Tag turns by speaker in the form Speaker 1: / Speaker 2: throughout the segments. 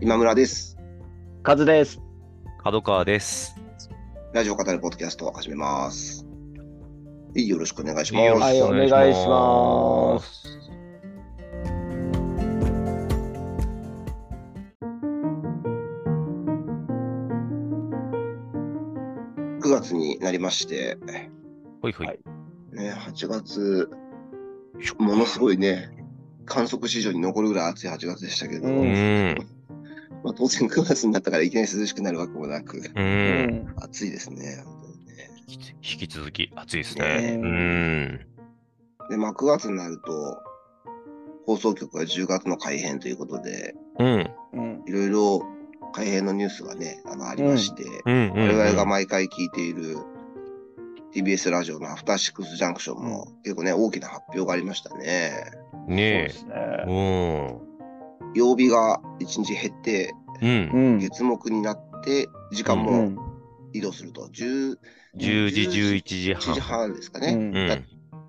Speaker 1: 今村です。
Speaker 2: カズです。
Speaker 3: 角川です。
Speaker 1: ラジオ語るポッドキャストを始めます。はいよろしくお願いし
Speaker 3: よろ
Speaker 1: ま
Speaker 2: は
Speaker 3: し
Speaker 2: い、
Speaker 1: す。
Speaker 2: お
Speaker 3: くお
Speaker 2: 願
Speaker 3: 願
Speaker 2: い
Speaker 3: い
Speaker 2: し
Speaker 3: し
Speaker 2: ま。
Speaker 3: ます
Speaker 1: 9月になりまして、
Speaker 3: ほいほい。
Speaker 2: はい
Speaker 1: ね、8月、ものすごいね、観測史上に残るぐらい暑い8月でしたけど、
Speaker 2: う
Speaker 3: うんん。
Speaker 1: まあ、当然9月になったからいきなり涼しくなるわけもなく、
Speaker 3: う。
Speaker 2: うんん。
Speaker 1: 暑いですね。本当にね
Speaker 3: 引き引き続き暑いです
Speaker 1: ね
Speaker 3: ね。うん。
Speaker 1: で、まあ、9月になると、放送局が10月の改編ということで、
Speaker 3: うん。
Speaker 2: うん。
Speaker 1: いろいろ改編のニュースがね、あのありまして、
Speaker 3: うん。うん
Speaker 1: 我々が毎回聞いている TBS ラジオのアフターシックスジャンクションも結構ね、大きな発表がありましたね。
Speaker 2: そうで
Speaker 3: ね
Speaker 2: す
Speaker 3: え。
Speaker 2: ね。
Speaker 3: う
Speaker 1: 曜日が1日減って、
Speaker 3: ん。う。
Speaker 2: うんん。
Speaker 1: 月目になって、時間も移動すると、10
Speaker 3: 10時、11時
Speaker 1: 1時
Speaker 3: 半。
Speaker 1: 半ですか
Speaker 2: う。
Speaker 1: ね。
Speaker 3: うんん。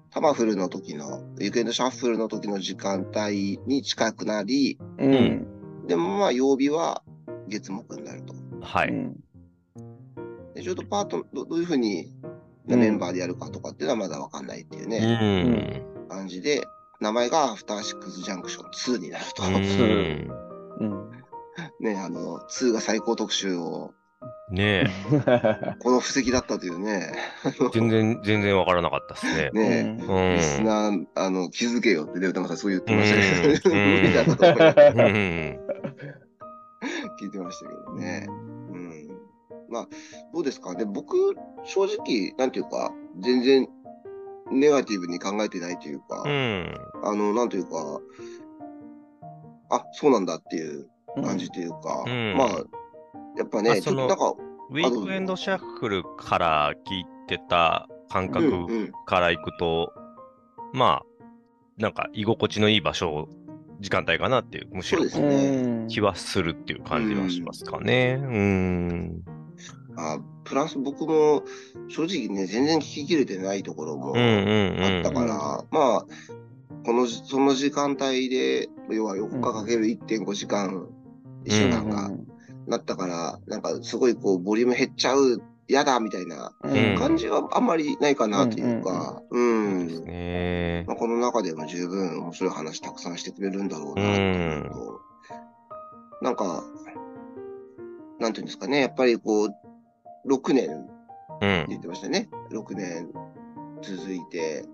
Speaker 1: タマフルの時の、ウィークエンドシャッフルの時の時間帯に近くなり、
Speaker 2: うん。
Speaker 1: でもまあ曜日は月目になると。
Speaker 3: は
Speaker 2: う
Speaker 3: い。
Speaker 2: ん。
Speaker 1: でちょっとパートど、どういうふうにメンバーでやるかとかっていうのはまだわかんないっていうね。
Speaker 3: うん。
Speaker 1: 感じで、名前がアフターシックスジャンクション2になると、
Speaker 3: うん。
Speaker 2: うん。
Speaker 1: ね、あの、2が最高特集を、
Speaker 3: ねえ。
Speaker 1: この布石だったというね、
Speaker 3: 全然、全然わからなかったですね。
Speaker 1: ね、
Speaker 3: う
Speaker 1: リス
Speaker 3: ん。
Speaker 1: ナー、あの、気づけよって、ね、歌丸さんそう言ってましたけど、
Speaker 3: う ん
Speaker 1: 無理だなと思いながら
Speaker 3: うん。
Speaker 1: 聞いてましたけどね。うん。まあ、どうですかね、僕、正直、なんていうか、全然、ネガティブに考えてないというか、
Speaker 3: うん。
Speaker 1: あの、なんというか、あ、そうなんだっていう 感じというか、
Speaker 3: うん
Speaker 1: まあ、やっぱ
Speaker 3: あ
Speaker 1: ね、ちょ
Speaker 3: そ
Speaker 1: っと
Speaker 3: の
Speaker 1: なんか、
Speaker 3: ウィークエンドシャッフルから聞いてた
Speaker 1: う
Speaker 3: 感
Speaker 1: ん
Speaker 3: 覚
Speaker 1: うん
Speaker 3: から行くと、まあ、なんか居心地のいい場所、時間帯かなっていう、むし
Speaker 1: そう
Speaker 3: ろ
Speaker 1: ですね。
Speaker 3: 気はするっていう感じはしますかね。うーん。
Speaker 1: あプラス僕も正直ね、全然聞き切れてないところも
Speaker 3: うん
Speaker 1: あ
Speaker 3: うんうん。
Speaker 1: ったから、まあ、このじその時間帯で、要は4日かける1.5時間、1週間がなったから、なんかすごいこう、ボリューム減っちゃう、やだみたいな
Speaker 3: うん
Speaker 1: 感じはあんまりないかなというか、うん
Speaker 3: そうですね。
Speaker 1: まあ、この中でも十分面白い話たくさんしてくれるんだろうなっていうのと、なんか、なんていうんですかね、やっぱりこう、6年って
Speaker 3: うん。
Speaker 1: 言ってましたね。6年続いて、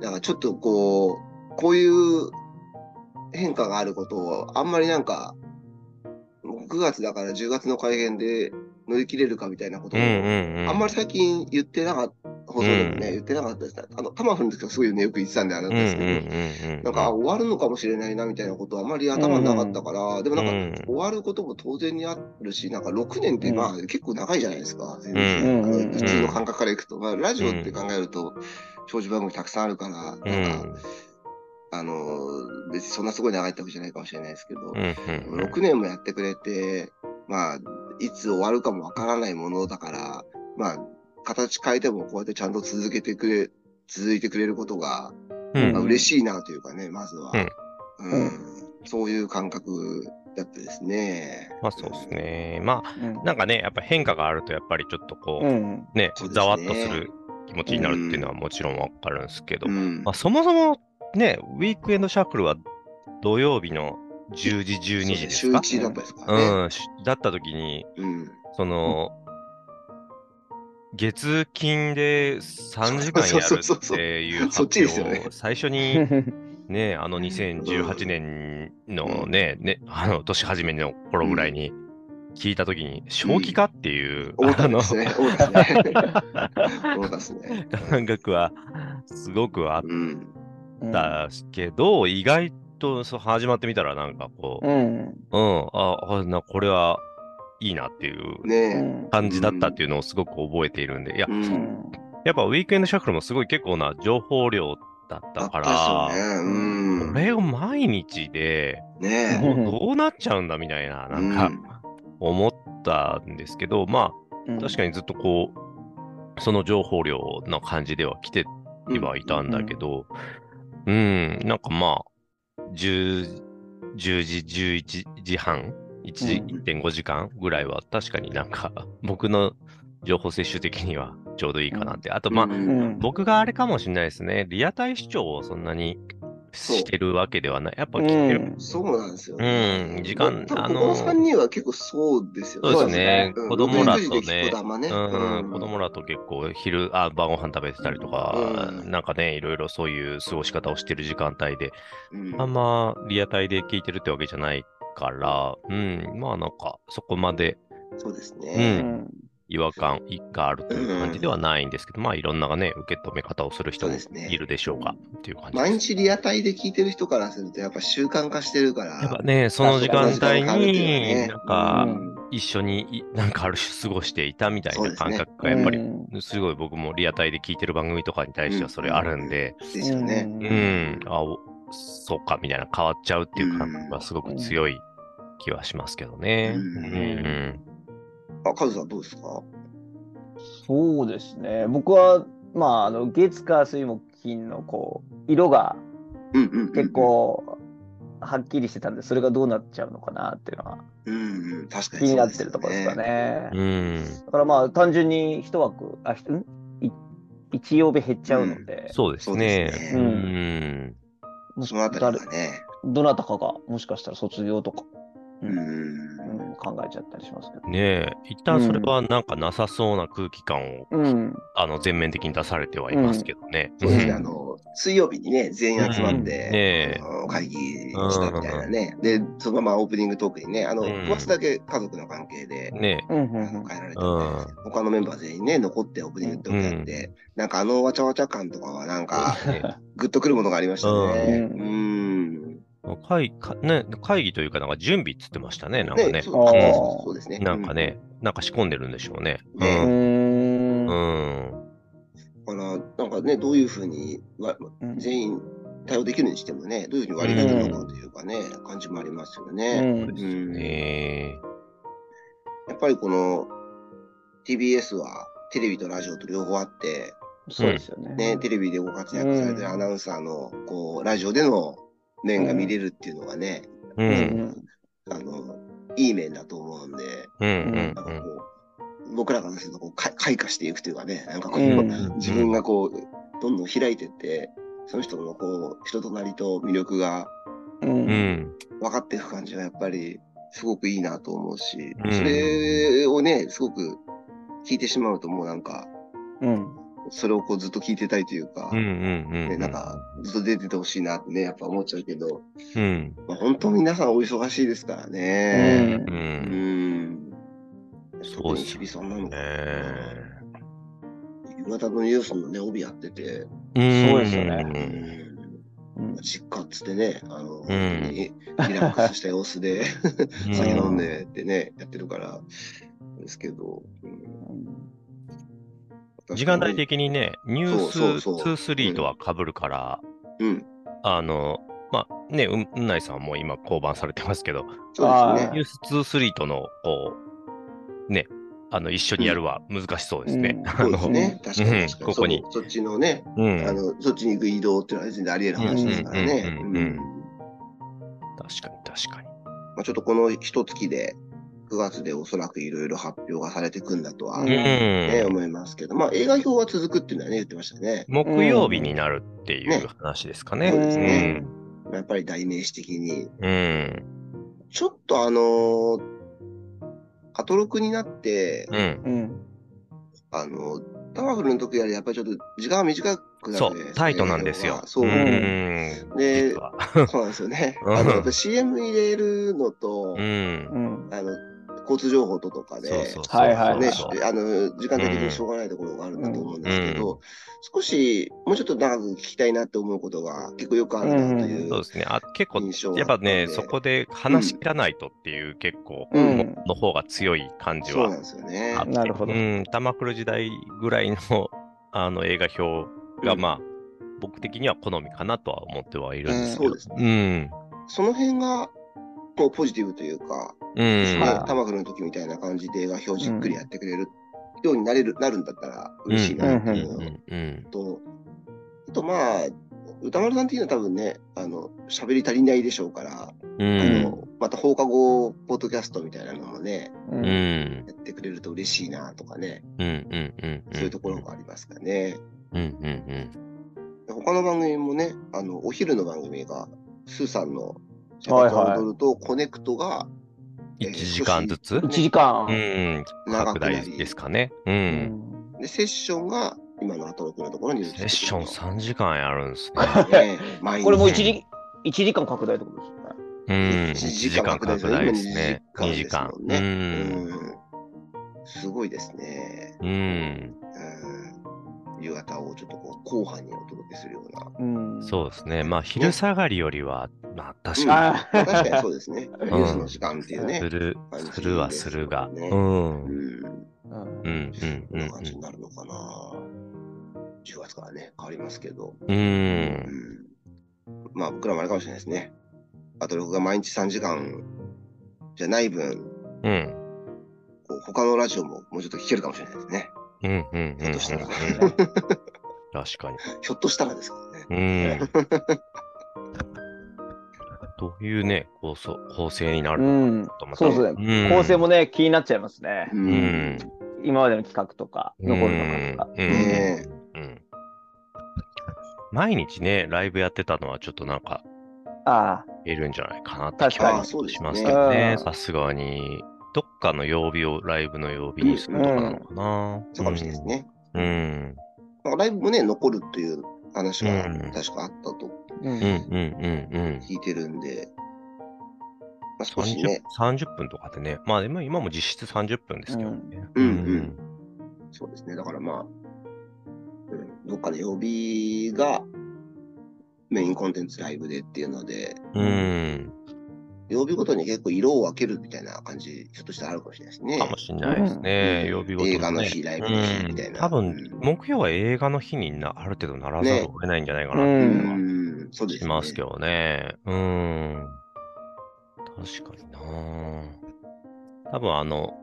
Speaker 1: なんかちょっとこう、こういう変化があることを、あんまりなんか、9月だから10月の改編で乗り切れるかみたいなこと
Speaker 3: う
Speaker 1: を、
Speaker 3: んうんうん。
Speaker 1: あんまり最近言ってなかった、放送でもね、
Speaker 3: うん
Speaker 1: 言ってなかったですね。あの、タマフルの時はすごいね、よく言ってたんであれ
Speaker 3: う
Speaker 1: なん
Speaker 3: んう
Speaker 1: ですけど、
Speaker 3: んうん。
Speaker 1: なんか、あ終わるのかもしれないなみたいなことはあまり頭になかったから、でもなんか、
Speaker 3: うん
Speaker 1: 終わることも当然にあるし、なんか6年ってまあ結構長いじゃないですか、全
Speaker 2: う
Speaker 1: 然。
Speaker 2: ん
Speaker 1: あの
Speaker 2: うん
Speaker 1: 普通の感覚からいくと、まあ、ラジオって考えると、長寿番組たくさんあるから、な
Speaker 3: う
Speaker 1: んか、
Speaker 3: ん。
Speaker 1: あのー、別にそんなすごい長いってわけじゃないかもしれないですけど、
Speaker 3: うんうんうん。
Speaker 1: 6年もやってくれて、まあ、いつ終わるかもわからないものだから、まあ、形変えてもこうやってちゃんと続けてくれ、続いてくれることが、
Speaker 3: うん
Speaker 1: まあ、嬉しいなというかね、まずは。うん
Speaker 2: うん
Speaker 1: そういう感覚だったですね。
Speaker 3: まあそうです。ね。まあ、
Speaker 2: うん
Speaker 3: なんかね、やっぱ変化があると、やっぱりちょっとこ
Speaker 2: う
Speaker 3: う、
Speaker 2: ん。
Speaker 3: ね
Speaker 1: そうですね、
Speaker 3: ざわっとする気持ちになるっていうのはもちろんわかるんですけど
Speaker 1: う、ん
Speaker 3: まあ、そもそもね、ウィークエンドシャッフルは土曜日の10時、12時ですか
Speaker 1: 週1だったですか
Speaker 3: う
Speaker 1: らね。
Speaker 3: ん、しだった時に、
Speaker 1: うん。
Speaker 3: その、月金で3時間や
Speaker 1: そう
Speaker 3: る
Speaker 1: そう
Speaker 3: っ
Speaker 1: そうそう
Speaker 3: ていう発
Speaker 1: そっち
Speaker 3: 表
Speaker 1: ですよね
Speaker 3: を最初にね、あの2018年のね、ねあの年始めの頃ぐらいに聞いた時に、正気かっていう、
Speaker 1: 多か
Speaker 3: あ
Speaker 1: ったで
Speaker 3: の
Speaker 1: すね。多かったですね。多かったですね。
Speaker 3: 感覚はすごくあっ
Speaker 1: うん。
Speaker 3: たけど、意外とそう始まってみたらなんかこう、
Speaker 2: うん。
Speaker 3: うん、あ、あなこれはいいなっていう
Speaker 1: ね
Speaker 3: 感じだったっていうのをすごく覚えているんで、いや
Speaker 1: え。う、。
Speaker 2: うんん。
Speaker 3: やっぱウィークエンドシャッフルもすごい結構な情報量だっ
Speaker 1: あ
Speaker 3: た
Speaker 1: っ
Speaker 3: か
Speaker 1: たです
Speaker 3: ら、
Speaker 1: よね。うん。
Speaker 3: こ
Speaker 1: ね
Speaker 3: れを毎日で、
Speaker 1: え。
Speaker 3: もうどうなっちゃうんだみたいな、なんか思ったんですけど、まあ確かにずっとこう、その情報量な感じでは来て
Speaker 1: うん
Speaker 3: はいたんだけど、うん、なんかまあ、10、10時、11時半1時
Speaker 2: うん
Speaker 3: 1.5時間ぐらいは確かになんか 僕の情報摂取的にはちょうどいいかなって。あとまあ
Speaker 1: う
Speaker 2: うんん。
Speaker 3: 僕があれかもしれないですね。リアタイ視聴をそんなに
Speaker 1: そう
Speaker 3: してるわけではない。やっぱ
Speaker 2: う
Speaker 3: 聞いてる。
Speaker 2: ん。
Speaker 1: そうなんですよ、
Speaker 3: うん時間
Speaker 1: 多
Speaker 3: あ
Speaker 1: 分
Speaker 3: の
Speaker 1: この3人は結構そうですよ
Speaker 3: そうですね
Speaker 1: うん
Speaker 3: 子供らとね
Speaker 1: 6時で聞くだまね。
Speaker 3: うん子供
Speaker 1: ら。
Speaker 3: らと結構昼あ晩ご飯食べてたりとか、
Speaker 1: うん
Speaker 3: なんかねいろいろそういう過ごし方をしてる時間帯で
Speaker 1: うん
Speaker 3: あんまリアタイで聞いてるってわけじゃないから、うん、まあなんかそこまで
Speaker 1: そうです
Speaker 2: う
Speaker 1: ね。
Speaker 2: ん。
Speaker 3: 違和感があるという感じではないんですけど、まあいろんなね、受け止め方をする人も
Speaker 1: そうですね
Speaker 3: いるでしょうかっていう感じ
Speaker 1: 毎
Speaker 3: です。
Speaker 1: 日リアタイで聞いてる人からすると、やっぱ習慣化してるから。
Speaker 3: やっぱね、その時間帯に、なん
Speaker 1: う
Speaker 3: か
Speaker 1: ん
Speaker 3: 一緒にいなんかある種過ごしていたみたい
Speaker 1: そう
Speaker 3: な
Speaker 1: です
Speaker 3: 感
Speaker 1: ね
Speaker 3: 覚がやっぱり、
Speaker 2: うん
Speaker 3: すごい僕もリアタイで聞いてる番組とかに対してはそれあるんで、
Speaker 1: ですよね。
Speaker 3: うん、あ、おそうかみたいな変わっちゃうっていう感覚がすごく強い気はしますけどね。う
Speaker 1: うん
Speaker 3: ん。
Speaker 1: あ、カズさんどうですか
Speaker 2: そうですね。僕は、まあ、あの、月、火、水、木、金の、こう、色が
Speaker 1: うんうんうん
Speaker 2: 結。構、はっきりしてたんで、それがどうなっちゃうのかなっていうのは
Speaker 1: うんうん、確かに
Speaker 2: 気に
Speaker 1: そう
Speaker 2: なっ
Speaker 1: で
Speaker 2: て
Speaker 1: すよね
Speaker 2: るところですか。ね。
Speaker 3: うん
Speaker 2: だからまあ、単純に一枠、あ、ひんい一曜日減っちゃうので、
Speaker 3: そうです
Speaker 1: そうで
Speaker 3: ね。
Speaker 1: す
Speaker 3: う
Speaker 1: ね。
Speaker 3: ん。
Speaker 2: もし
Speaker 1: そのあたり
Speaker 2: 誰
Speaker 1: がね。
Speaker 2: どなたかが、もしかしたら卒業とか、う
Speaker 1: うんん。
Speaker 2: うん考えちゃったりしますけど。
Speaker 3: ねえ、一旦それはなんかなさそうな空気感を、
Speaker 2: うん、
Speaker 3: あの全面的に出されてはいますけどね。
Speaker 1: そうですね。
Speaker 2: うん
Speaker 1: あの、水曜日にね、全員集まっ
Speaker 3: ね
Speaker 1: て、
Speaker 3: え
Speaker 1: あ。の会議したみたいなね。で、そのままオープニングトークにね、あの、
Speaker 3: うん
Speaker 1: 詳しだけ家族の関係で、
Speaker 3: ね
Speaker 2: うん、うん、う
Speaker 1: あの
Speaker 2: ん。
Speaker 1: 変えられてるみたいですけど他のメンバー全員ね、残ってオープニングトークやって、なんかあのわちゃわちゃ感とかは、なんか、
Speaker 3: え。ね
Speaker 1: グッとくるものがありましたね。
Speaker 2: う
Speaker 1: うん。
Speaker 3: 会かね会議というか、なんか準備っつってましたね、なんかね。
Speaker 1: そう
Speaker 2: あー
Speaker 1: そうそうですね。
Speaker 3: なんかね、なんか仕込んでるんでしょうね。
Speaker 1: ね
Speaker 2: う
Speaker 3: うん
Speaker 2: ん。
Speaker 3: うん。
Speaker 1: うん。だから、なんかね、どういうふうにわ
Speaker 2: うん
Speaker 1: 全員対応できるにしてもね、どういうふうに割り振るのかというかね、感じもありますよね。
Speaker 2: うん
Speaker 1: うん
Speaker 3: ね
Speaker 1: やっぱりこの TBS はテレビとラジオと両方あって、
Speaker 2: そうですよね。
Speaker 1: ね、テレビでご活躍されてるアナウンサーの、こう、ラジオでの面が見れるっていうのがね、
Speaker 3: え。う。
Speaker 2: うんん
Speaker 1: あの、いい面だと思うんで、
Speaker 3: うん。うん
Speaker 1: なん
Speaker 3: う
Speaker 1: かこ
Speaker 3: ん。
Speaker 1: う、僕らからするとこうか開花していくというかね、なんかこう、
Speaker 2: うん
Speaker 1: 自分がこう、どんどん開いてって、その人のこう、人となりと魅力が
Speaker 2: う
Speaker 3: うんん。
Speaker 1: 分かっていく感じはやっぱり、すごくいいなと思うし、
Speaker 3: うん
Speaker 1: それをね、すごく聞いてしまうと、もうなんか、
Speaker 2: うん
Speaker 1: それをこうずっと聞いてたいというか、
Speaker 3: うんうんうん。
Speaker 1: ね、なんか、ずっと出ててほしいなってね、やっぱ思っちゃうけど、
Speaker 3: うん。
Speaker 1: まあ、本当皆さんお忙しいですから
Speaker 2: う
Speaker 1: ね。
Speaker 2: ん
Speaker 3: う。
Speaker 1: うんん。
Speaker 3: そ
Speaker 1: 特
Speaker 3: うですよ
Speaker 1: に日々そんなのかな
Speaker 3: ね
Speaker 1: 夕方のニュースのね、帯やってて、
Speaker 3: うん
Speaker 2: そうですよね
Speaker 1: うん、
Speaker 3: ね。
Speaker 2: うん
Speaker 1: 実家っつってね、あの、
Speaker 3: ん
Speaker 1: 本当にリラックスした様子で、
Speaker 3: うん
Speaker 1: 酒飲んでってね、やってるから、ですけど、うん
Speaker 3: 時間帯、的にね、ニュ
Speaker 1: そう
Speaker 3: ース
Speaker 1: そうそう
Speaker 3: 23とは被るから、
Speaker 1: うん、あ
Speaker 3: あの、まあね、うんうんないさんはもう今降板されてますけ
Speaker 1: そ
Speaker 3: ど、
Speaker 1: うです
Speaker 2: は
Speaker 1: ね。
Speaker 3: ニュース23との、こう、ね、あの、一緒にやるは難しそうですね。
Speaker 2: うん
Speaker 3: あ
Speaker 1: そうで
Speaker 3: の
Speaker 1: すね。確かに確か
Speaker 3: うん
Speaker 1: に。
Speaker 3: ここに
Speaker 1: そそっちのね、
Speaker 3: うん
Speaker 1: あの、そっちに行く移動っていうのは別にあり得る話ですからね。
Speaker 3: う
Speaker 1: うん
Speaker 3: うんうんうん
Speaker 1: ん
Speaker 3: 確かに確かに。
Speaker 1: まあ、ちょっとこの一月で、9月でおそらくいろいろ発表がされてくんだとは、
Speaker 2: うん
Speaker 1: ね、
Speaker 3: うん
Speaker 1: 思いますけど、まあ映画表は続くっていうのはね、言ってましたね。
Speaker 3: 木曜日になるっていう
Speaker 1: ね
Speaker 3: 話ですかね。
Speaker 1: そうですね
Speaker 3: うん
Speaker 1: まあやっぱり代名詞的に。
Speaker 3: うん。
Speaker 1: ちょっとあのーアトロクになって、
Speaker 3: うん。
Speaker 2: うん
Speaker 1: あのパワフルの時よりやっぱりちょっと時間が短くなるじゃ
Speaker 3: そ、
Speaker 1: ないう
Speaker 3: タイトなんですよ。
Speaker 1: そう、
Speaker 3: う
Speaker 2: うん
Speaker 3: ん。
Speaker 1: で
Speaker 3: 実は。
Speaker 1: そうなんですよね。
Speaker 3: うん
Speaker 1: あのやっぱ CM 入れるのと、
Speaker 2: う。
Speaker 3: うん
Speaker 2: ん
Speaker 1: あの交通情報ととかで、
Speaker 3: そうそうそう。
Speaker 2: はいはい
Speaker 1: ね、
Speaker 3: そう
Speaker 1: あの時間的にしょうがないところがあるんだと思うんですけど、
Speaker 3: う
Speaker 1: 少しもうちょっと長く聞きたいなって思うことが結構よくあるなという。
Speaker 3: そうですね。あ結構、
Speaker 1: 印象が
Speaker 3: やっぱね、
Speaker 1: あったんで
Speaker 3: そこで話し切らないとっていう、結構、
Speaker 2: うん
Speaker 3: もの方が強い感じ
Speaker 1: そうな
Speaker 3: は
Speaker 1: んですよね
Speaker 3: あっ。て。
Speaker 2: なるほど
Speaker 3: うん、玉黒時代ぐらいの あの映画表が、まあ、僕的には好みかなとは思ってはいるんですけど。
Speaker 1: うんそうです
Speaker 3: ね。
Speaker 1: その辺がこうポジティブというか、
Speaker 3: うん。うん。
Speaker 1: まあタマフルの時みたいな感じで映画表をじっくりやってくれるようになれる、なるんだったら嬉しいなっていうの
Speaker 3: うん。
Speaker 1: と、あとまあ、歌丸さん的には多分ね、あの、喋り足りないでしょうから、
Speaker 3: うん
Speaker 1: あの、また放課後、ポッドキャストみたいなのもね、
Speaker 2: う
Speaker 3: うんん
Speaker 1: やってくれると嬉しいなとかね、
Speaker 3: うんうんうん
Speaker 1: そういうところがありますかね。
Speaker 3: うんうん
Speaker 1: 他の番組もね、あの、お昼の番組が、スーさんの、シャ
Speaker 2: はいはい
Speaker 1: バトン踊るとコネクトが
Speaker 3: うん1時間ずつ
Speaker 2: 1時間
Speaker 3: う。ん
Speaker 1: 長く
Speaker 3: 拡
Speaker 1: な
Speaker 3: 大
Speaker 1: り、
Speaker 3: ですかねう
Speaker 2: うんん
Speaker 1: でセッションが今のアトロックのところに移ってく
Speaker 3: セ
Speaker 1: る
Speaker 3: ッ
Speaker 1: と
Speaker 3: ション3時間やるんですね
Speaker 1: ね毎日
Speaker 2: これもう1時一時間拡大ってことですよね。
Speaker 3: うん1
Speaker 1: 一
Speaker 3: 時
Speaker 1: 時間
Speaker 3: 間
Speaker 1: 拡
Speaker 3: 拡
Speaker 1: 大
Speaker 3: 大
Speaker 1: で
Speaker 3: ですす
Speaker 1: ね
Speaker 3: ね2時間
Speaker 1: 今二時
Speaker 3: う
Speaker 1: 間ですもうんんすごいですね。
Speaker 3: うん
Speaker 1: うん夕方をちょっとこう後半にお届けするような。
Speaker 2: うん。
Speaker 3: そうですねまあ昼下がりよりはまあ確かに
Speaker 2: あー
Speaker 1: 確かにそうですね。ニ
Speaker 3: ん
Speaker 1: ュースの時間っていうね
Speaker 3: す。る
Speaker 1: 感じですよね
Speaker 3: するはするが、うん、
Speaker 1: う
Speaker 3: うん
Speaker 1: ん。
Speaker 2: うん
Speaker 3: う
Speaker 1: こ
Speaker 3: んうん
Speaker 1: なん感じになるのかな。10月からね、変わりますけど。
Speaker 3: うんう
Speaker 1: うんん。まあ僕らもあれかもしれないですね。あと僕が毎日3時間じゃない分、
Speaker 3: うん
Speaker 1: こう他のラジオももうちょっと聞けるかもしれないですね。
Speaker 3: うんうん
Speaker 1: ひょっとしたら
Speaker 3: うん確かに
Speaker 1: ひょっとしたらですからね。
Speaker 3: うん。どういうね、構想構成にな
Speaker 2: う
Speaker 3: る
Speaker 2: ん。
Speaker 3: と思った
Speaker 2: そうですね。構成もね、気になっちゃいますね。
Speaker 1: う。
Speaker 3: うんん。
Speaker 2: 今までの企画とか、残るのかとか。
Speaker 3: うん
Speaker 1: ねえ
Speaker 3: うん毎日ね、ライブやってたのはちょっとなんか、
Speaker 2: あ
Speaker 3: いるんじゃないかなって気は
Speaker 1: 確かに
Speaker 3: しますけど
Speaker 2: ああそうですね
Speaker 3: ね
Speaker 2: う、ん
Speaker 3: さすがに。どっかの曜日をライブの曜日にするとかなのかな。
Speaker 1: そうかもしれないですね。
Speaker 3: うん。
Speaker 1: まあライブもね、残るという話が
Speaker 3: うん
Speaker 1: 確かあったと
Speaker 2: あ。う
Speaker 3: うん。うん。うん。うん。
Speaker 1: 聞いてるんで、まあ、少し
Speaker 3: 30,
Speaker 1: ね、
Speaker 3: 30分とかでね、まあでも今も実質30分ですけどね。
Speaker 1: うんうんそうですね、だからまあ、うん、どっかの曜日がメインコンテンツライブでっていうので、
Speaker 3: うん。うん
Speaker 1: 曜日ごとに結構色を分けるみたいな感じ、ちょっとしたらあるかもしれないですね
Speaker 3: か。もしれないですね。
Speaker 1: うん
Speaker 3: 曜日ごと
Speaker 1: 映画の日ライブの日みたいな
Speaker 3: うん多分
Speaker 1: うん、
Speaker 3: 木曜は映画の日になある程度ならざるを得ないんじゃないかなって
Speaker 1: う
Speaker 3: い
Speaker 2: ね
Speaker 3: うのは
Speaker 1: ん、そうです
Speaker 3: し
Speaker 1: ね。
Speaker 3: ますけどね。うん。確かにな多分あの、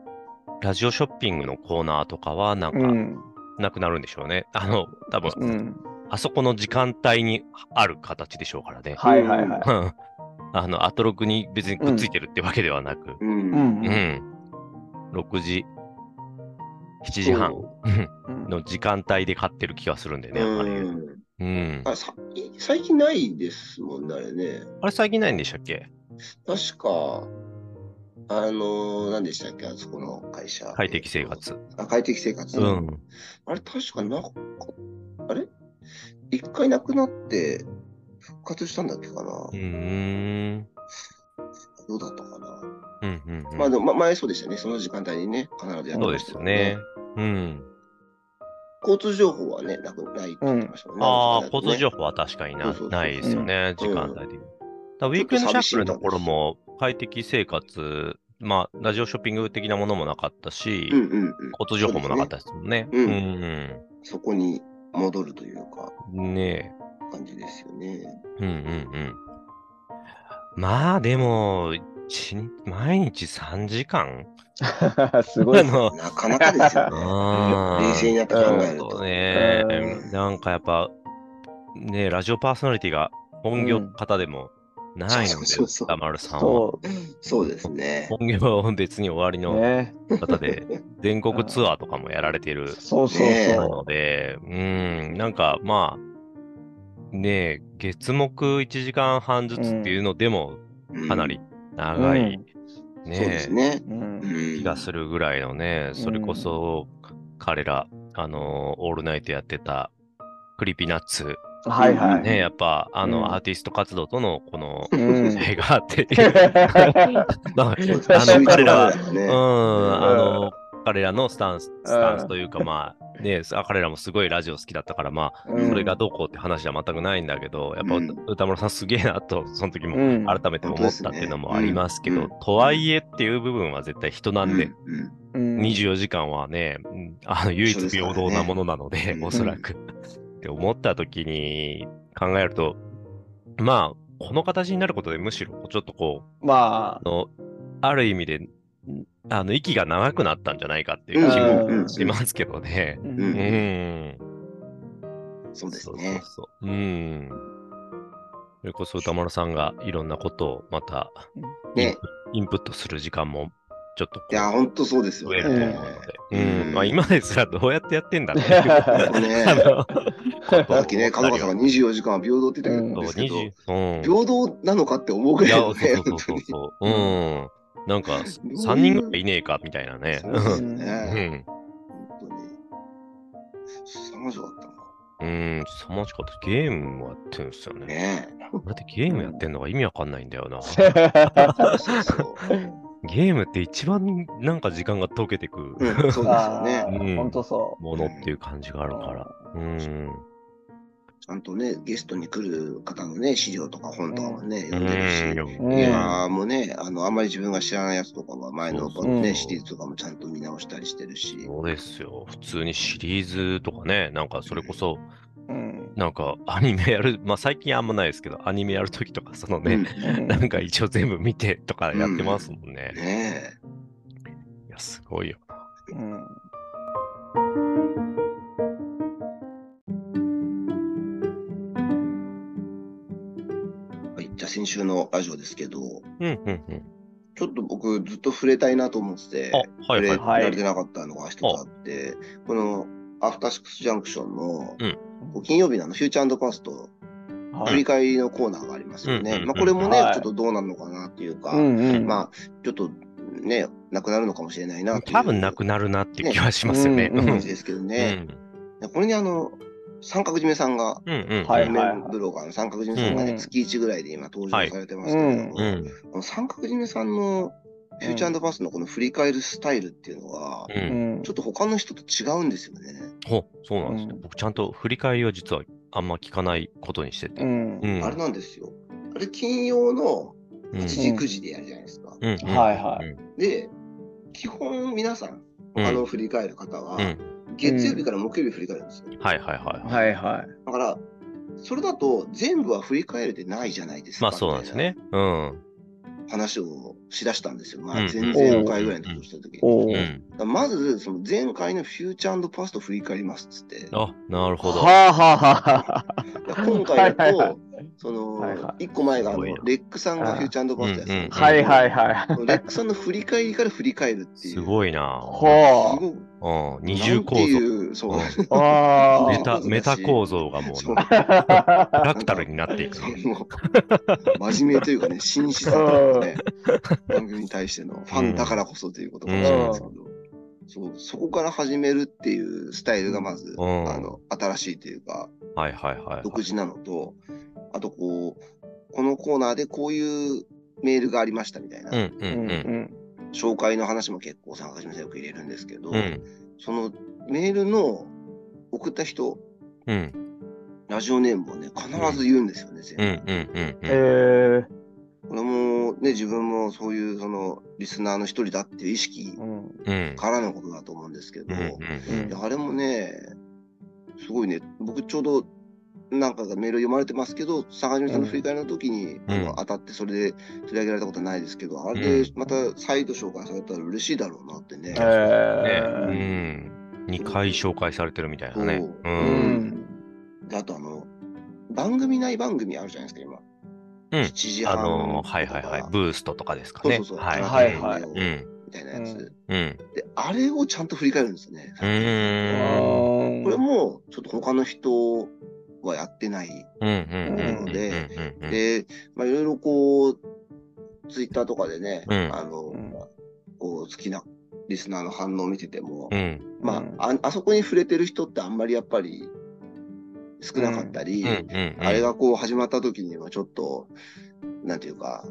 Speaker 3: ラジオショッピングのコーナーとかはなん
Speaker 2: う
Speaker 3: か
Speaker 2: ん。
Speaker 3: なくなるんでしょうね。あの、多分、
Speaker 2: うん。
Speaker 3: あそこの時間帯にある形でしょうからね。
Speaker 2: はいはいはい。
Speaker 3: うんあの、アトロクに別にくっついてるってわけではなく、
Speaker 1: うん。
Speaker 2: う。
Speaker 3: うんん。
Speaker 2: うん
Speaker 3: 6時、7時半
Speaker 1: そ
Speaker 2: うん
Speaker 3: の時間帯で買ってる気がするんでね、あれ。
Speaker 1: うん
Speaker 3: うん。
Speaker 1: あさい最近ないですもんね、あれね。
Speaker 3: あれ最近ないんでしたっけ
Speaker 1: 確か、あのー、何でしたっけ、あそこの会社。
Speaker 3: 快適生。活。
Speaker 1: あ快適生活。
Speaker 3: うん。
Speaker 1: あれ、確かなか、あれ一回なくなって、復活したんだっけかな、
Speaker 3: うーん。
Speaker 1: どうだったかな、
Speaker 3: うんうんうん
Speaker 1: まあでも、ま、前そうでしたね。その時間帯にね、必ずやってましたも
Speaker 3: そ
Speaker 1: ん
Speaker 3: うですよね。。うん。
Speaker 1: 交通情報はね、なくないって言ってましたもんね。
Speaker 3: ああ、
Speaker 1: の時間だ
Speaker 3: 交
Speaker 1: とね
Speaker 3: 通情報は確かに
Speaker 1: そう
Speaker 3: な
Speaker 1: そうそう
Speaker 3: ないですよね、時間帯的に。だからウ
Speaker 1: ち
Speaker 3: ィ
Speaker 1: ょっ
Speaker 3: ー
Speaker 1: と
Speaker 3: クエンドシャ
Speaker 1: 寂
Speaker 3: ッ
Speaker 1: しい
Speaker 3: フルの頃も、快適生活、まあ、ラジオショッピング的なものもなかったし、
Speaker 1: うんうんうん。
Speaker 3: 交通情報もなかったですもんね。
Speaker 1: そうですね
Speaker 3: ん
Speaker 1: そこに戻るというか、
Speaker 3: うん。ね
Speaker 1: 感じですよね。
Speaker 3: え。うんうんうん。まあ、でも、一日毎日3時間
Speaker 2: すごいですね。
Speaker 3: の
Speaker 1: なかなかですよね。
Speaker 3: あー
Speaker 1: 冷静になって考える
Speaker 3: そ
Speaker 1: と。
Speaker 3: うね
Speaker 2: う。
Speaker 3: なんかやっぱ、ねラジオパーソナリティが本業の方でもないので
Speaker 1: そうそうそう、
Speaker 3: 歌丸さんは。
Speaker 2: そ
Speaker 1: そうですね。
Speaker 3: 本業は別に終わり
Speaker 2: う。
Speaker 3: の
Speaker 2: ね。
Speaker 3: 方で、全国ツアーとかもやられてる
Speaker 2: そうそう
Speaker 1: ね
Speaker 3: なの
Speaker 2: そ
Speaker 3: で、うん、なんかまあ、ね月木1時間半ずつっていうのでも、
Speaker 1: うん
Speaker 3: かなり長い、
Speaker 1: そうです
Speaker 3: ね
Speaker 1: ね。
Speaker 2: う。うん
Speaker 1: う。ん
Speaker 3: 気がするぐらいのね、それこそ彼ら、あのーオールナイトやってたクリピーナッツ、
Speaker 2: はいはい。
Speaker 3: ね、 やっぱあの、
Speaker 2: うん
Speaker 3: アーティスト活動とのこの
Speaker 2: うん
Speaker 3: 映画っ ていう、まああ の彼らは、
Speaker 1: は、
Speaker 3: うん、
Speaker 1: ね、
Speaker 3: あの彼らのスタンス、スタンスというかまあ、ね、あ彼らもすごいラジオ好きだったから、まあ、
Speaker 2: うん
Speaker 3: それがどうこうって話は全くないんだけど、やっぱ
Speaker 1: うん
Speaker 3: 歌丸さんすげえなと、その時も
Speaker 2: うん
Speaker 3: 改めて思ったっていうのもありますけど、
Speaker 1: 本当ですね
Speaker 3: とはいえっていう部分は絶対人なんで、
Speaker 1: うんうん
Speaker 2: うん
Speaker 3: 24時間はね、うんあの唯一平等なものなので、
Speaker 1: うん
Speaker 3: おそらく。って思った時に考えると、まあ、この形になることでむしろちょっとこ
Speaker 2: ま
Speaker 3: う、あのある意味で、んあの、息が長くなったんじゃないかっていううん気も
Speaker 1: うんうん
Speaker 3: しますけどね
Speaker 2: あ。。
Speaker 1: う
Speaker 3: う
Speaker 1: ん
Speaker 3: ん。
Speaker 1: そうです
Speaker 3: そうそう
Speaker 1: ね。
Speaker 3: そう。うん。それこそ歌丸さんがいろんなことをまたインプ,、
Speaker 1: ね。
Speaker 3: インプットする時間もちょっとこ
Speaker 1: いや、本当そうです
Speaker 3: う
Speaker 1: よ
Speaker 3: 増え
Speaker 1: ね。
Speaker 3: ると思うので、
Speaker 1: うん
Speaker 3: うんまあ、今ですらどうやってやってんだっていう
Speaker 1: そう ね
Speaker 3: あのことを
Speaker 1: さっきね、角川さんが24時間は平等って言ってたんですけど、
Speaker 3: そう20うん
Speaker 1: 平等なのかって思うぐ
Speaker 3: い
Speaker 1: ら
Speaker 3: や、
Speaker 1: いの
Speaker 3: そうそ
Speaker 1: ね、
Speaker 3: う
Speaker 1: 本
Speaker 3: そ
Speaker 1: 当
Speaker 3: う
Speaker 1: に。
Speaker 3: そう。うん。なんか、
Speaker 1: いう
Speaker 3: 3人ぐらいいねえか、みたいなね。
Speaker 1: そうですよ
Speaker 3: う
Speaker 1: ね。
Speaker 3: ん。
Speaker 1: 本当に。凄まじかったな。
Speaker 3: うん、すさまじかった。ゲームもやってるんですよね。
Speaker 1: ね
Speaker 3: だってゲームやってんのが意味わかんないんだよな。
Speaker 1: え。そうそうそう。
Speaker 3: ゲームって一番なんか時間が溶けて
Speaker 1: うん、
Speaker 3: く
Speaker 1: そうですよ
Speaker 2: あ
Speaker 1: ね。
Speaker 3: うん
Speaker 2: ー、ほんとそ
Speaker 3: ものっていう感じがあるから。うん。
Speaker 1: ちゃんとね、ゲストに来る方のね、資料とか本とかもね、読んでるし。
Speaker 3: う
Speaker 2: うんん
Speaker 1: いやーもうね、あの、あんまり自分が知らないやつとかは、前の
Speaker 3: そ
Speaker 2: そ
Speaker 3: う
Speaker 2: う
Speaker 1: ね、シリーズとかもちゃんと見直したりしてるし、
Speaker 3: そうですよ。普通にシリーズとかね、なんかそれこそ、
Speaker 2: う。うん。
Speaker 3: なんかアニメやる、まあ最近あんまないですけど、アニメやるときとか、そのね、
Speaker 1: うん
Speaker 3: なんか一応全部見てとかやってますもんね。
Speaker 1: ねえ。
Speaker 3: いや、すごいよ。
Speaker 2: うん
Speaker 1: はい、じゃあ先週のラジオですけど、
Speaker 3: うんうんうん。
Speaker 1: ちょっと僕ずっと触れたいなと思ってて、
Speaker 3: あ、は
Speaker 1: 触
Speaker 3: い
Speaker 1: れ
Speaker 3: はい。
Speaker 1: られてなかったのが一つあって、このアフターシックスジャンクションの、
Speaker 3: うん
Speaker 1: こう金曜日のあのフューチャーパスト、
Speaker 2: は
Speaker 1: 振
Speaker 2: い
Speaker 1: り返りのコーナーがありますよ
Speaker 3: うんう
Speaker 1: ね
Speaker 3: んう。ん
Speaker 1: まあこれもね、
Speaker 2: はい
Speaker 1: ちょっとどうなるのかなっていうか、
Speaker 2: うんうん
Speaker 1: まあちょっとね、なくなるのかもしれないなっていう
Speaker 3: 多分なくなるなって気はしますよね。
Speaker 2: ねうん
Speaker 1: 感じですけどね。これにあの、三角締めさんが、
Speaker 3: うんうん。
Speaker 2: はい
Speaker 1: 有名ブロガーの三角締めさんがね、
Speaker 2: うん
Speaker 1: 月1ぐらいで今登場されてますけ
Speaker 2: は
Speaker 1: れ
Speaker 2: い
Speaker 1: ども、
Speaker 3: うん。
Speaker 1: この三角締めさんのフューチャーパスのこの振り返るスタイルっていうのは、
Speaker 3: う。
Speaker 2: うんん
Speaker 1: ちょっと他の人と違うんですよね。
Speaker 3: ほ、そうなんですね
Speaker 2: う。ん
Speaker 3: 僕ちゃんと振り返りは実はあんま聞かないことにして
Speaker 2: う
Speaker 3: て。
Speaker 2: ん
Speaker 3: うん。
Speaker 1: あれなんですよ。あれ金曜の
Speaker 3: うん
Speaker 1: 8時9時でやるじゃないですか。
Speaker 3: うん。
Speaker 2: はいはい
Speaker 3: い。
Speaker 1: で、基本皆さん、
Speaker 3: うん
Speaker 1: 他の振り返る方は
Speaker 3: う、ん。
Speaker 1: 月曜日から木曜日振り返るんですよ。
Speaker 3: はいはいはい。
Speaker 2: はいはい。
Speaker 1: だから、それだと全部は振り返るでないじゃないですか。
Speaker 3: まあそうなんですね。うん。うん
Speaker 1: みたいな話をしだしたんですよ。まあ
Speaker 3: うん
Speaker 1: 前々回ぐらいの時をした時に。
Speaker 2: おお。
Speaker 1: だからまず、その前回のフューチャーパスト振り返りますっつって。
Speaker 3: あ、なるほど。
Speaker 2: はあは
Speaker 1: だから今回だ
Speaker 2: はいはい
Speaker 1: と
Speaker 2: はい、
Speaker 1: その、
Speaker 2: はいはい
Speaker 1: 1個前があの
Speaker 3: すごいな
Speaker 1: レックさんがフューチャーパストやってたんです
Speaker 2: あ
Speaker 1: け
Speaker 3: うん
Speaker 1: ど
Speaker 2: はいはいはい。
Speaker 1: レックさんの振り返りから振り返るっていう。
Speaker 3: すごいな。
Speaker 2: は
Speaker 1: すごい
Speaker 3: うん。二重構
Speaker 1: なんて
Speaker 3: 造。
Speaker 1: いう、そう。
Speaker 3: う
Speaker 2: あ。
Speaker 1: ん
Speaker 2: ああ
Speaker 3: メタ、メタ構造がも
Speaker 1: そうう
Speaker 3: なんか、フラクタルになっていく
Speaker 1: そ。の真面目というかね、真摯さと いうかね、番組に対してのファンだからこそということかもしれないですけど、そうそこから始めるっていうスタイルがまず、
Speaker 3: うん
Speaker 1: あの新しいというか、
Speaker 3: はいはいはい。
Speaker 1: 独自なのと、あとこう、このコーナーでこういうメールがありましたみたいな、
Speaker 3: うんう
Speaker 2: うん
Speaker 3: うん。
Speaker 2: ん
Speaker 1: 紹介の話も結構、参加しませんよく入れるんですけど、
Speaker 3: うん。
Speaker 1: そのメールの送った人、
Speaker 3: うん。
Speaker 1: ラジオネームをね、必ず言うんですよね、全
Speaker 3: う
Speaker 1: 部
Speaker 3: んうんうん
Speaker 2: えー
Speaker 3: うん。
Speaker 1: これもね、自分もそういうそのリスナーの一人だっていう意識
Speaker 2: うん
Speaker 3: うん。
Speaker 1: からのことだと思うんですけど、
Speaker 3: うんうんうん
Speaker 1: いやあれもね、すごいね、僕ちょうどなんかがメール読まれてますけど、坂上さんの振り返りの時に、あの当たってそれで取り上げられたことはないですけど、あれでまた再度紹介されたら嬉しいだろうなってね
Speaker 2: え。ー
Speaker 3: ね、うん。2回紹介されてるみたいなね。
Speaker 1: そう
Speaker 3: う。
Speaker 2: うんん
Speaker 1: であとあの、番組ない番組あるじゃないですか、今。
Speaker 3: うん
Speaker 1: 7時
Speaker 3: あ
Speaker 1: 半
Speaker 3: の
Speaker 1: とか
Speaker 3: ーはいはいはい。ブーストとかですかね。
Speaker 1: そうそうそう。
Speaker 3: はい。
Speaker 2: はいはい
Speaker 1: うん
Speaker 3: うん。
Speaker 1: みたいなやつ。
Speaker 3: うん。
Speaker 1: で、あれをちゃんと振り返るんですよね。
Speaker 3: うーん。
Speaker 1: これ
Speaker 2: う
Speaker 1: も、ちょっと他の人はやってない。
Speaker 3: うんうんうんうんうんうんうん
Speaker 1: で、まあ、いろいろこう、ツイッターとかでね、
Speaker 3: うん
Speaker 1: あの、
Speaker 2: うん
Speaker 1: こう、好きなリスナーの反応を見てても、
Speaker 3: うん
Speaker 1: まああ、あそこに触れてる人ってあんまりやっぱり少なかったり、
Speaker 3: うんうんうん
Speaker 1: あれがこう始まった時にはちょっと、なんていうか、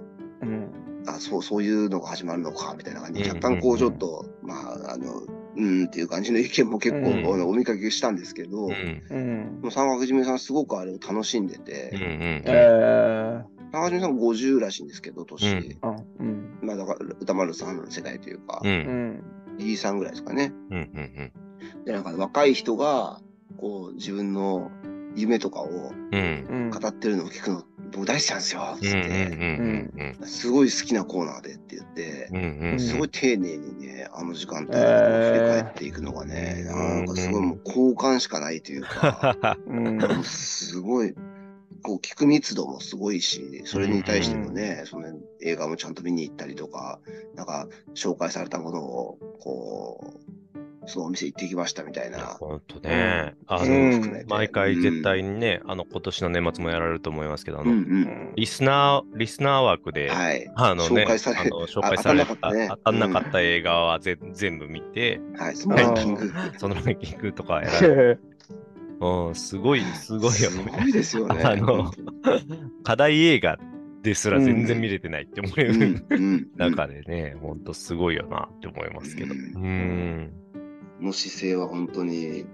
Speaker 2: ん
Speaker 1: あそうそういうのが始まるのかみたいな感じで
Speaker 3: うん
Speaker 1: 若干こうちょっと、まああのうんっていう感じの意見も結構
Speaker 2: うん
Speaker 1: おお見かけしたんですけど、
Speaker 3: う
Speaker 1: も
Speaker 3: んうん
Speaker 2: うん
Speaker 1: う三角締めさんすごくあれを楽しんでて、
Speaker 3: うんうん
Speaker 2: えー
Speaker 1: 三角締めさん50らしいんですけど年、
Speaker 2: あうん
Speaker 1: まあだから歌丸さんの世代というか、
Speaker 3: う
Speaker 2: うんん
Speaker 1: E さんぐらいですかね
Speaker 3: うんうん
Speaker 1: でなんか若い人がこう自分の夢とかを
Speaker 3: うんうん
Speaker 2: うん
Speaker 1: 語ってるのを聞くの僕大好きなんですよっつっ
Speaker 3: うん
Speaker 1: て、
Speaker 3: うん
Speaker 1: すごい好きなコーナーでって言って、
Speaker 3: うんうんうん
Speaker 1: すごい丁寧にね、あの時間帯を振り返っていくのがね、
Speaker 3: えー
Speaker 1: なんかすごいもう好感しかないというか、
Speaker 2: うん
Speaker 1: もうすごい、こう聞く密度もすごいし、それに対してもね、その映画もちゃんと見に行ったりとか、なんか紹介されたものを、こう、そのお店行ってきましたみたい
Speaker 3: いや
Speaker 1: な。
Speaker 3: ほんとね。あ
Speaker 2: う
Speaker 3: の、
Speaker 2: ん
Speaker 1: 含めて
Speaker 3: 毎回絶対にね、あの、今年の年末もやられると思いますけど、あ
Speaker 1: うんう
Speaker 3: の、
Speaker 1: ん
Speaker 3: リスナー、リスナー枠
Speaker 1: う
Speaker 3: で
Speaker 1: ん。、はい。
Speaker 3: あのね、
Speaker 1: 紹介され
Speaker 3: あの紹介され
Speaker 1: あ当たんなかったたね
Speaker 3: 当たんなかった映画はぜ全部見て、
Speaker 1: はい。そのランキング。
Speaker 3: そのランキングとかやられ
Speaker 2: へ
Speaker 3: うん、すごい、すごいよ
Speaker 1: す
Speaker 3: ね。
Speaker 1: ごいですよね。
Speaker 3: あの課題映画ですら全然見れてないって思う
Speaker 1: うんうん うん。
Speaker 3: 中でね、ほんとすごいよなって思いますけど。う
Speaker 1: うん
Speaker 3: ーん。
Speaker 1: の姿勢は本当に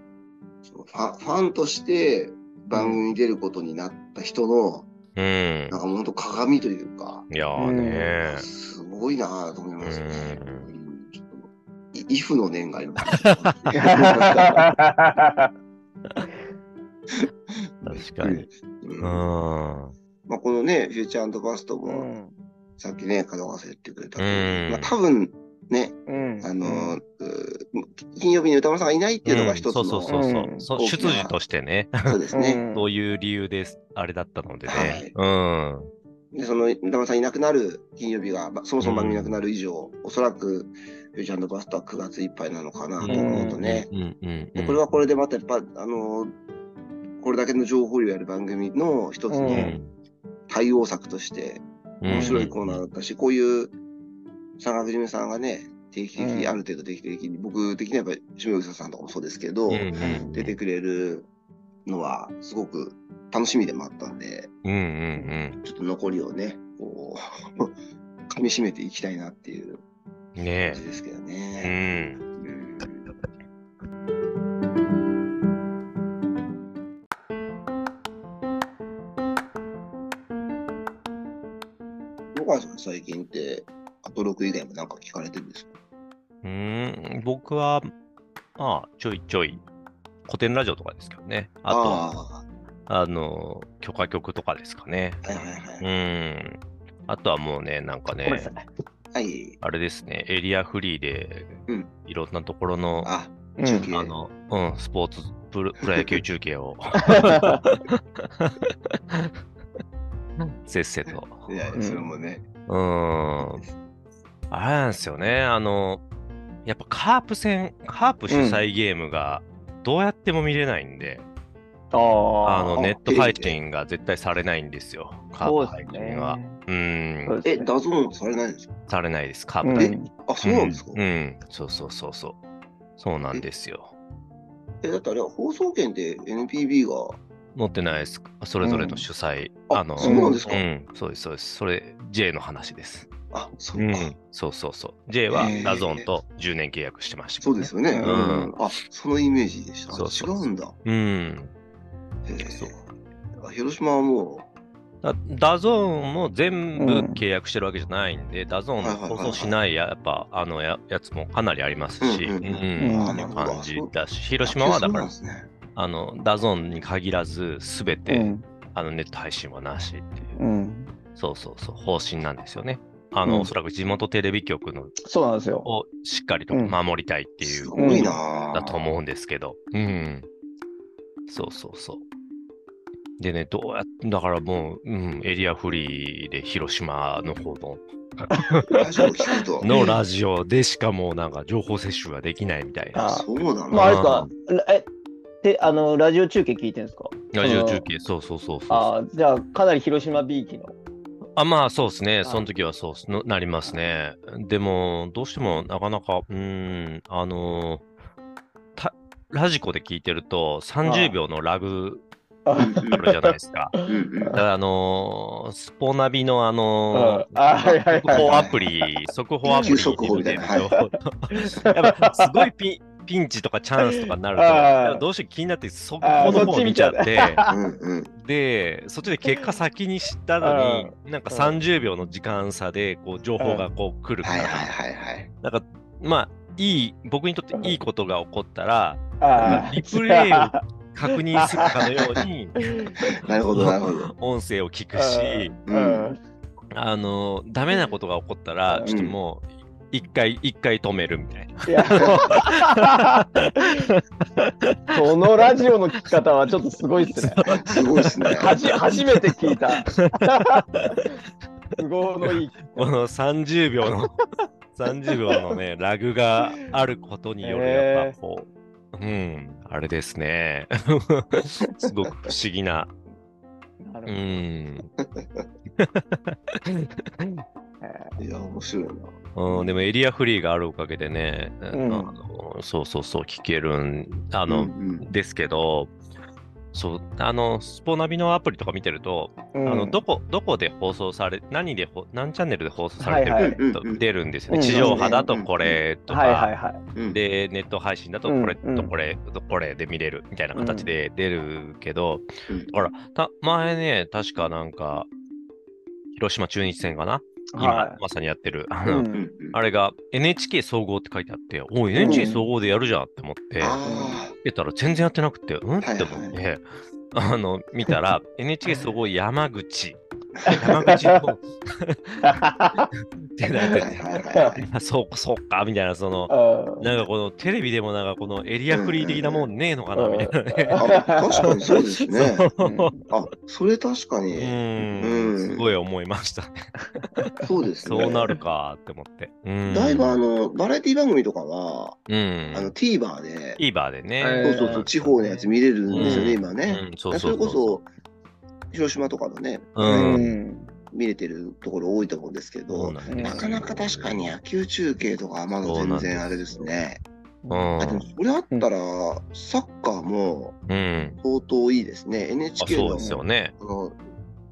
Speaker 1: そのファン、ファンとして番組に出ることになった人の、
Speaker 3: うん
Speaker 1: なん。か本当鏡というか、
Speaker 3: いやーね
Speaker 1: すごいなぁと思いますね。
Speaker 3: う
Speaker 1: うんんちょっと、イフの念があります。
Speaker 3: 確かに。
Speaker 1: うん
Speaker 3: うん。うん
Speaker 1: まあ、このね、フューチャーバスト
Speaker 2: う
Speaker 1: も、
Speaker 2: ん
Speaker 1: さっきね、門川さん言ってくれたけど、
Speaker 3: うん
Speaker 1: まあ、多分ね、
Speaker 2: うん
Speaker 1: あのー、金曜日に歌丸さんがいないっていうのが一つ
Speaker 3: そ
Speaker 1: の、
Speaker 3: うそうそうそうう。
Speaker 2: ん
Speaker 3: そ
Speaker 1: 大きな
Speaker 3: 出自としてね、
Speaker 1: そうですね。
Speaker 2: ん
Speaker 3: そういう理由です。あれだったのでね。うん。
Speaker 1: で、その、歌丸さんいなくなる金曜日が、まあそもそも番組いなくなる以上、おそらく、フューチャーバストは9月いっぱいなのかなと思うとね、
Speaker 3: うんうんう
Speaker 1: で
Speaker 3: ん。
Speaker 1: これはこれでまたやっぱ、あのーこれだけの情報量やる番組の一つ
Speaker 2: う
Speaker 1: の
Speaker 2: ん
Speaker 1: 対応策として、面白いコーナーだったし、こういう、三角締めさんがね、定期的
Speaker 2: う
Speaker 1: に、
Speaker 2: ん
Speaker 1: ある程度定期的に、僕的にはやっぱり、下草さんとかもそうですけど、
Speaker 3: うんうん
Speaker 1: 出てくれるのは、すごく楽しみでもあったんで、
Speaker 3: うんうん
Speaker 1: ちょっと残りをね、こう、 噛み締めていきたいなっていう
Speaker 3: うん。ね
Speaker 1: 感じですけど
Speaker 3: え。う
Speaker 1: ね。
Speaker 3: ん。
Speaker 1: うん野川さん最近って、アトロク以外もなんか聞かれてるんですか
Speaker 3: うーん、僕は、まあ、ちょいちょい、古典ラジオとかですけどね。あと、あ
Speaker 1: あ
Speaker 3: の、許可局とかですかね。
Speaker 1: あ、はいは
Speaker 3: う
Speaker 1: いはい。
Speaker 3: ーん。あとはもうね、なんか
Speaker 2: ごめんな
Speaker 3: ね
Speaker 2: さ、い
Speaker 1: はい。
Speaker 3: あれですね、エリアフリーで
Speaker 1: うん、
Speaker 3: いろんなところの、あ
Speaker 1: あ、
Speaker 2: うん
Speaker 1: 中継
Speaker 3: の、うん、スポーツ、プ ロプロ野球中継を、せっせと。
Speaker 1: いやいうや、
Speaker 2: ん
Speaker 1: それもね。
Speaker 3: うーん。あれなんですよね。あの、やっぱカープ戦、カープ主催ゲームがどうやっても見れないんで、
Speaker 2: あー
Speaker 3: あの
Speaker 1: あ
Speaker 3: ネット配信が絶対されないんですよ。カ
Speaker 2: そ
Speaker 3: ー
Speaker 2: う
Speaker 3: プ配
Speaker 2: ですね
Speaker 3: 信は。うーん、
Speaker 1: え、ダゾーンされないんですか
Speaker 3: されないです、カー
Speaker 2: う
Speaker 3: プ
Speaker 2: ん
Speaker 3: だけ。
Speaker 1: あ、そうなんですか、
Speaker 3: うん、うんそうそうそうそう。そうなんですよ。
Speaker 1: え、だってあれは放送権って NPB が、
Speaker 3: 持ってないです。それぞれの主催。
Speaker 1: うんあ
Speaker 3: の
Speaker 1: そう
Speaker 2: なんです
Speaker 1: か
Speaker 3: うん、そうです、そうです。それ、J の話です。
Speaker 1: あ、そう
Speaker 3: う
Speaker 1: か。
Speaker 3: ん、そうそうそう。J は
Speaker 1: へー
Speaker 3: ダゾーンと10年契約してましたけ
Speaker 1: そ
Speaker 3: ど
Speaker 1: う
Speaker 3: ね、
Speaker 1: ですよね、うんん。あ、そのイメージでした。あ
Speaker 3: そうそ
Speaker 1: 違う
Speaker 3: う
Speaker 1: んだ。
Speaker 3: うん、
Speaker 1: へえ
Speaker 3: そう
Speaker 1: あ広島はも
Speaker 3: だダゾーンも全部契約してるわけじゃないんで、ダゾーンの放送しないややっぱあのややつもかなりありますし、
Speaker 1: うんうんうん
Speaker 2: うん
Speaker 3: っていう感じだし、
Speaker 1: う、
Speaker 3: 広島はだか
Speaker 1: あ
Speaker 3: ら
Speaker 1: そうなんですね
Speaker 3: あのダゾーンに限らず、すべて、
Speaker 2: うん
Speaker 3: あのネット配信はなしっていう、
Speaker 2: うん
Speaker 3: そうそうそう、方針なんですよね。あの
Speaker 2: うん
Speaker 3: おそらく地元テレビ局の
Speaker 2: そうなんですよ。
Speaker 3: をしっかりと
Speaker 2: うん
Speaker 3: 守りたいってい
Speaker 1: す
Speaker 3: う、
Speaker 1: ごいな、
Speaker 3: だと思うんですけど、うん、そうそうそう。でね、どうやって、だからもう、うん、エリアフリーで広島の方の
Speaker 1: ラジオ聞くと。
Speaker 3: のラジオでしかもうなんか情報摂取ができないみたいな。
Speaker 2: あ
Speaker 1: そうだな。
Speaker 2: まあ、あれですか、らえ、で、あの、ラジオ中継聞いてるんですか
Speaker 3: ラジオ中継、そうそうそうそう
Speaker 2: ああ、じゃあ、かなり広島 B 機の。
Speaker 3: あ。まあそうですね、
Speaker 2: い
Speaker 3: その時はそうっすのなりますね。でも、どうしてもなかなか、うーん、あのーたラジコで聞いてると30秒のラグ
Speaker 1: う
Speaker 2: あ
Speaker 1: んうん
Speaker 3: あるじゃないですか。
Speaker 1: うんうん
Speaker 3: だからあのースポナビのあのー
Speaker 2: ああはいはい
Speaker 3: 速
Speaker 2: はい
Speaker 3: 報アプリ、速報アプリ
Speaker 1: 急速報みたいなはい
Speaker 3: やっぱすごいピンピンチとかチャンスとかになると、
Speaker 2: あー
Speaker 3: やっぱどうしても気になって速報の方を見ちゃって、
Speaker 1: うんうん
Speaker 3: で、そっちで結果先に知ったのに、なんか30秒の時間差でこう情報がこう来るか
Speaker 1: はいはい
Speaker 3: ら、
Speaker 1: はいはい。
Speaker 3: なんかまあ、いい、僕にとっていいことが起こったら、
Speaker 2: あ
Speaker 3: リプレイを確認するかのように、
Speaker 1: なるほど、なるほど。
Speaker 3: 音声を聞くし、
Speaker 1: うん
Speaker 2: うん
Speaker 3: あの、ダメなことが起こったら
Speaker 2: う、ん
Speaker 3: ちょっともう、一回、一回止めるみたいな。
Speaker 2: いやそのラジオの聞き方はちょっとすごいっすね。
Speaker 1: すごいですね。
Speaker 2: はじ初めて聞いた。都合のいい。
Speaker 3: この30秒の、30秒のね、ラグがあることによる、
Speaker 2: へー
Speaker 3: やっぱこう、うん、あれですね。 すごく不思議な。
Speaker 2: なるほど
Speaker 3: う
Speaker 2: え
Speaker 3: ん。
Speaker 1: いや、面白いな。
Speaker 3: うん、でもエリアフリーがあるおかげでね、
Speaker 2: ん
Speaker 3: あのそうそうそう、聞けるん、あ
Speaker 1: あ
Speaker 3: の、
Speaker 1: うん
Speaker 3: ですけど、そう、あの、スポナビのアプリとか見てると、
Speaker 2: ーうん
Speaker 3: あのどこ、どこで放送され、何でほ、何チャンネルで放送されてる
Speaker 2: はい
Speaker 3: か
Speaker 1: う
Speaker 2: はい
Speaker 1: ん
Speaker 3: と
Speaker 1: うんうん
Speaker 3: 出るんですよ
Speaker 2: うん
Speaker 3: ね。地上波だと
Speaker 1: うんうんうん
Speaker 3: これと
Speaker 2: はいはい
Speaker 3: か、
Speaker 2: はい。
Speaker 1: うん
Speaker 3: で、ネット配信だと
Speaker 2: うん
Speaker 3: これ
Speaker 2: うん
Speaker 3: とこれとこれで見れるみたいな形で出るけど
Speaker 1: うん、
Speaker 3: ほら、た前ね、確かなんか、広島中日戦かな今
Speaker 2: は、
Speaker 3: まさにやってる。あ
Speaker 2: い。 う
Speaker 3: の
Speaker 1: うんん
Speaker 3: あれが NHK 総合って書いてあって、おい、NHK 総合でやるじゃんって思って、
Speaker 1: あ
Speaker 3: 見てたら全然やってなくて、うんって思って、
Speaker 1: は
Speaker 3: あの、見た ら NHK 総合山口。山口の方って
Speaker 1: ー
Speaker 3: なっ
Speaker 1: はい
Speaker 3: て
Speaker 1: はいはい
Speaker 3: て
Speaker 1: はい。
Speaker 3: あそうか、そうか、みたいな、その、
Speaker 2: うん
Speaker 3: なんかこのテレビでもなんかこのエリアフリー的なもんねえのかな、
Speaker 2: うん
Speaker 3: みたいなね。
Speaker 1: あ確かにそうですね。
Speaker 3: そう
Speaker 1: あ、それ確かに
Speaker 3: う、ん
Speaker 1: うん
Speaker 3: すごい思いましたね。
Speaker 1: そうですね。
Speaker 3: そうなるかって思って。うん
Speaker 1: だいぶあの、バラエティ番組とかは、
Speaker 3: うん
Speaker 1: あの、TVer で、
Speaker 3: TVer でね。
Speaker 2: え
Speaker 1: そ
Speaker 2: ー
Speaker 1: うそうそう、地方のやつ見れるんですよね、
Speaker 3: うん
Speaker 1: 今ね。
Speaker 3: うん
Speaker 1: だか
Speaker 3: そう
Speaker 1: らそ
Speaker 3: そ
Speaker 1: れ
Speaker 3: う
Speaker 1: こ
Speaker 3: そ
Speaker 1: そ、広島とかのね、
Speaker 3: う。
Speaker 2: う
Speaker 3: うん。
Speaker 2: ん
Speaker 1: 見れてるところ多いと思うんですけ
Speaker 3: そう
Speaker 1: ど、
Speaker 3: なんですよ
Speaker 1: なかなか確かに野球中継とかはまだ
Speaker 3: そうな
Speaker 1: 全
Speaker 3: んです
Speaker 1: 然あれですね。
Speaker 3: う
Speaker 1: あでも
Speaker 3: ん。
Speaker 1: それあったら、サッカーも
Speaker 3: うん。
Speaker 1: 相当いいですね。
Speaker 3: あ
Speaker 1: NHK
Speaker 3: そう
Speaker 1: の
Speaker 3: ですよね。
Speaker 1: この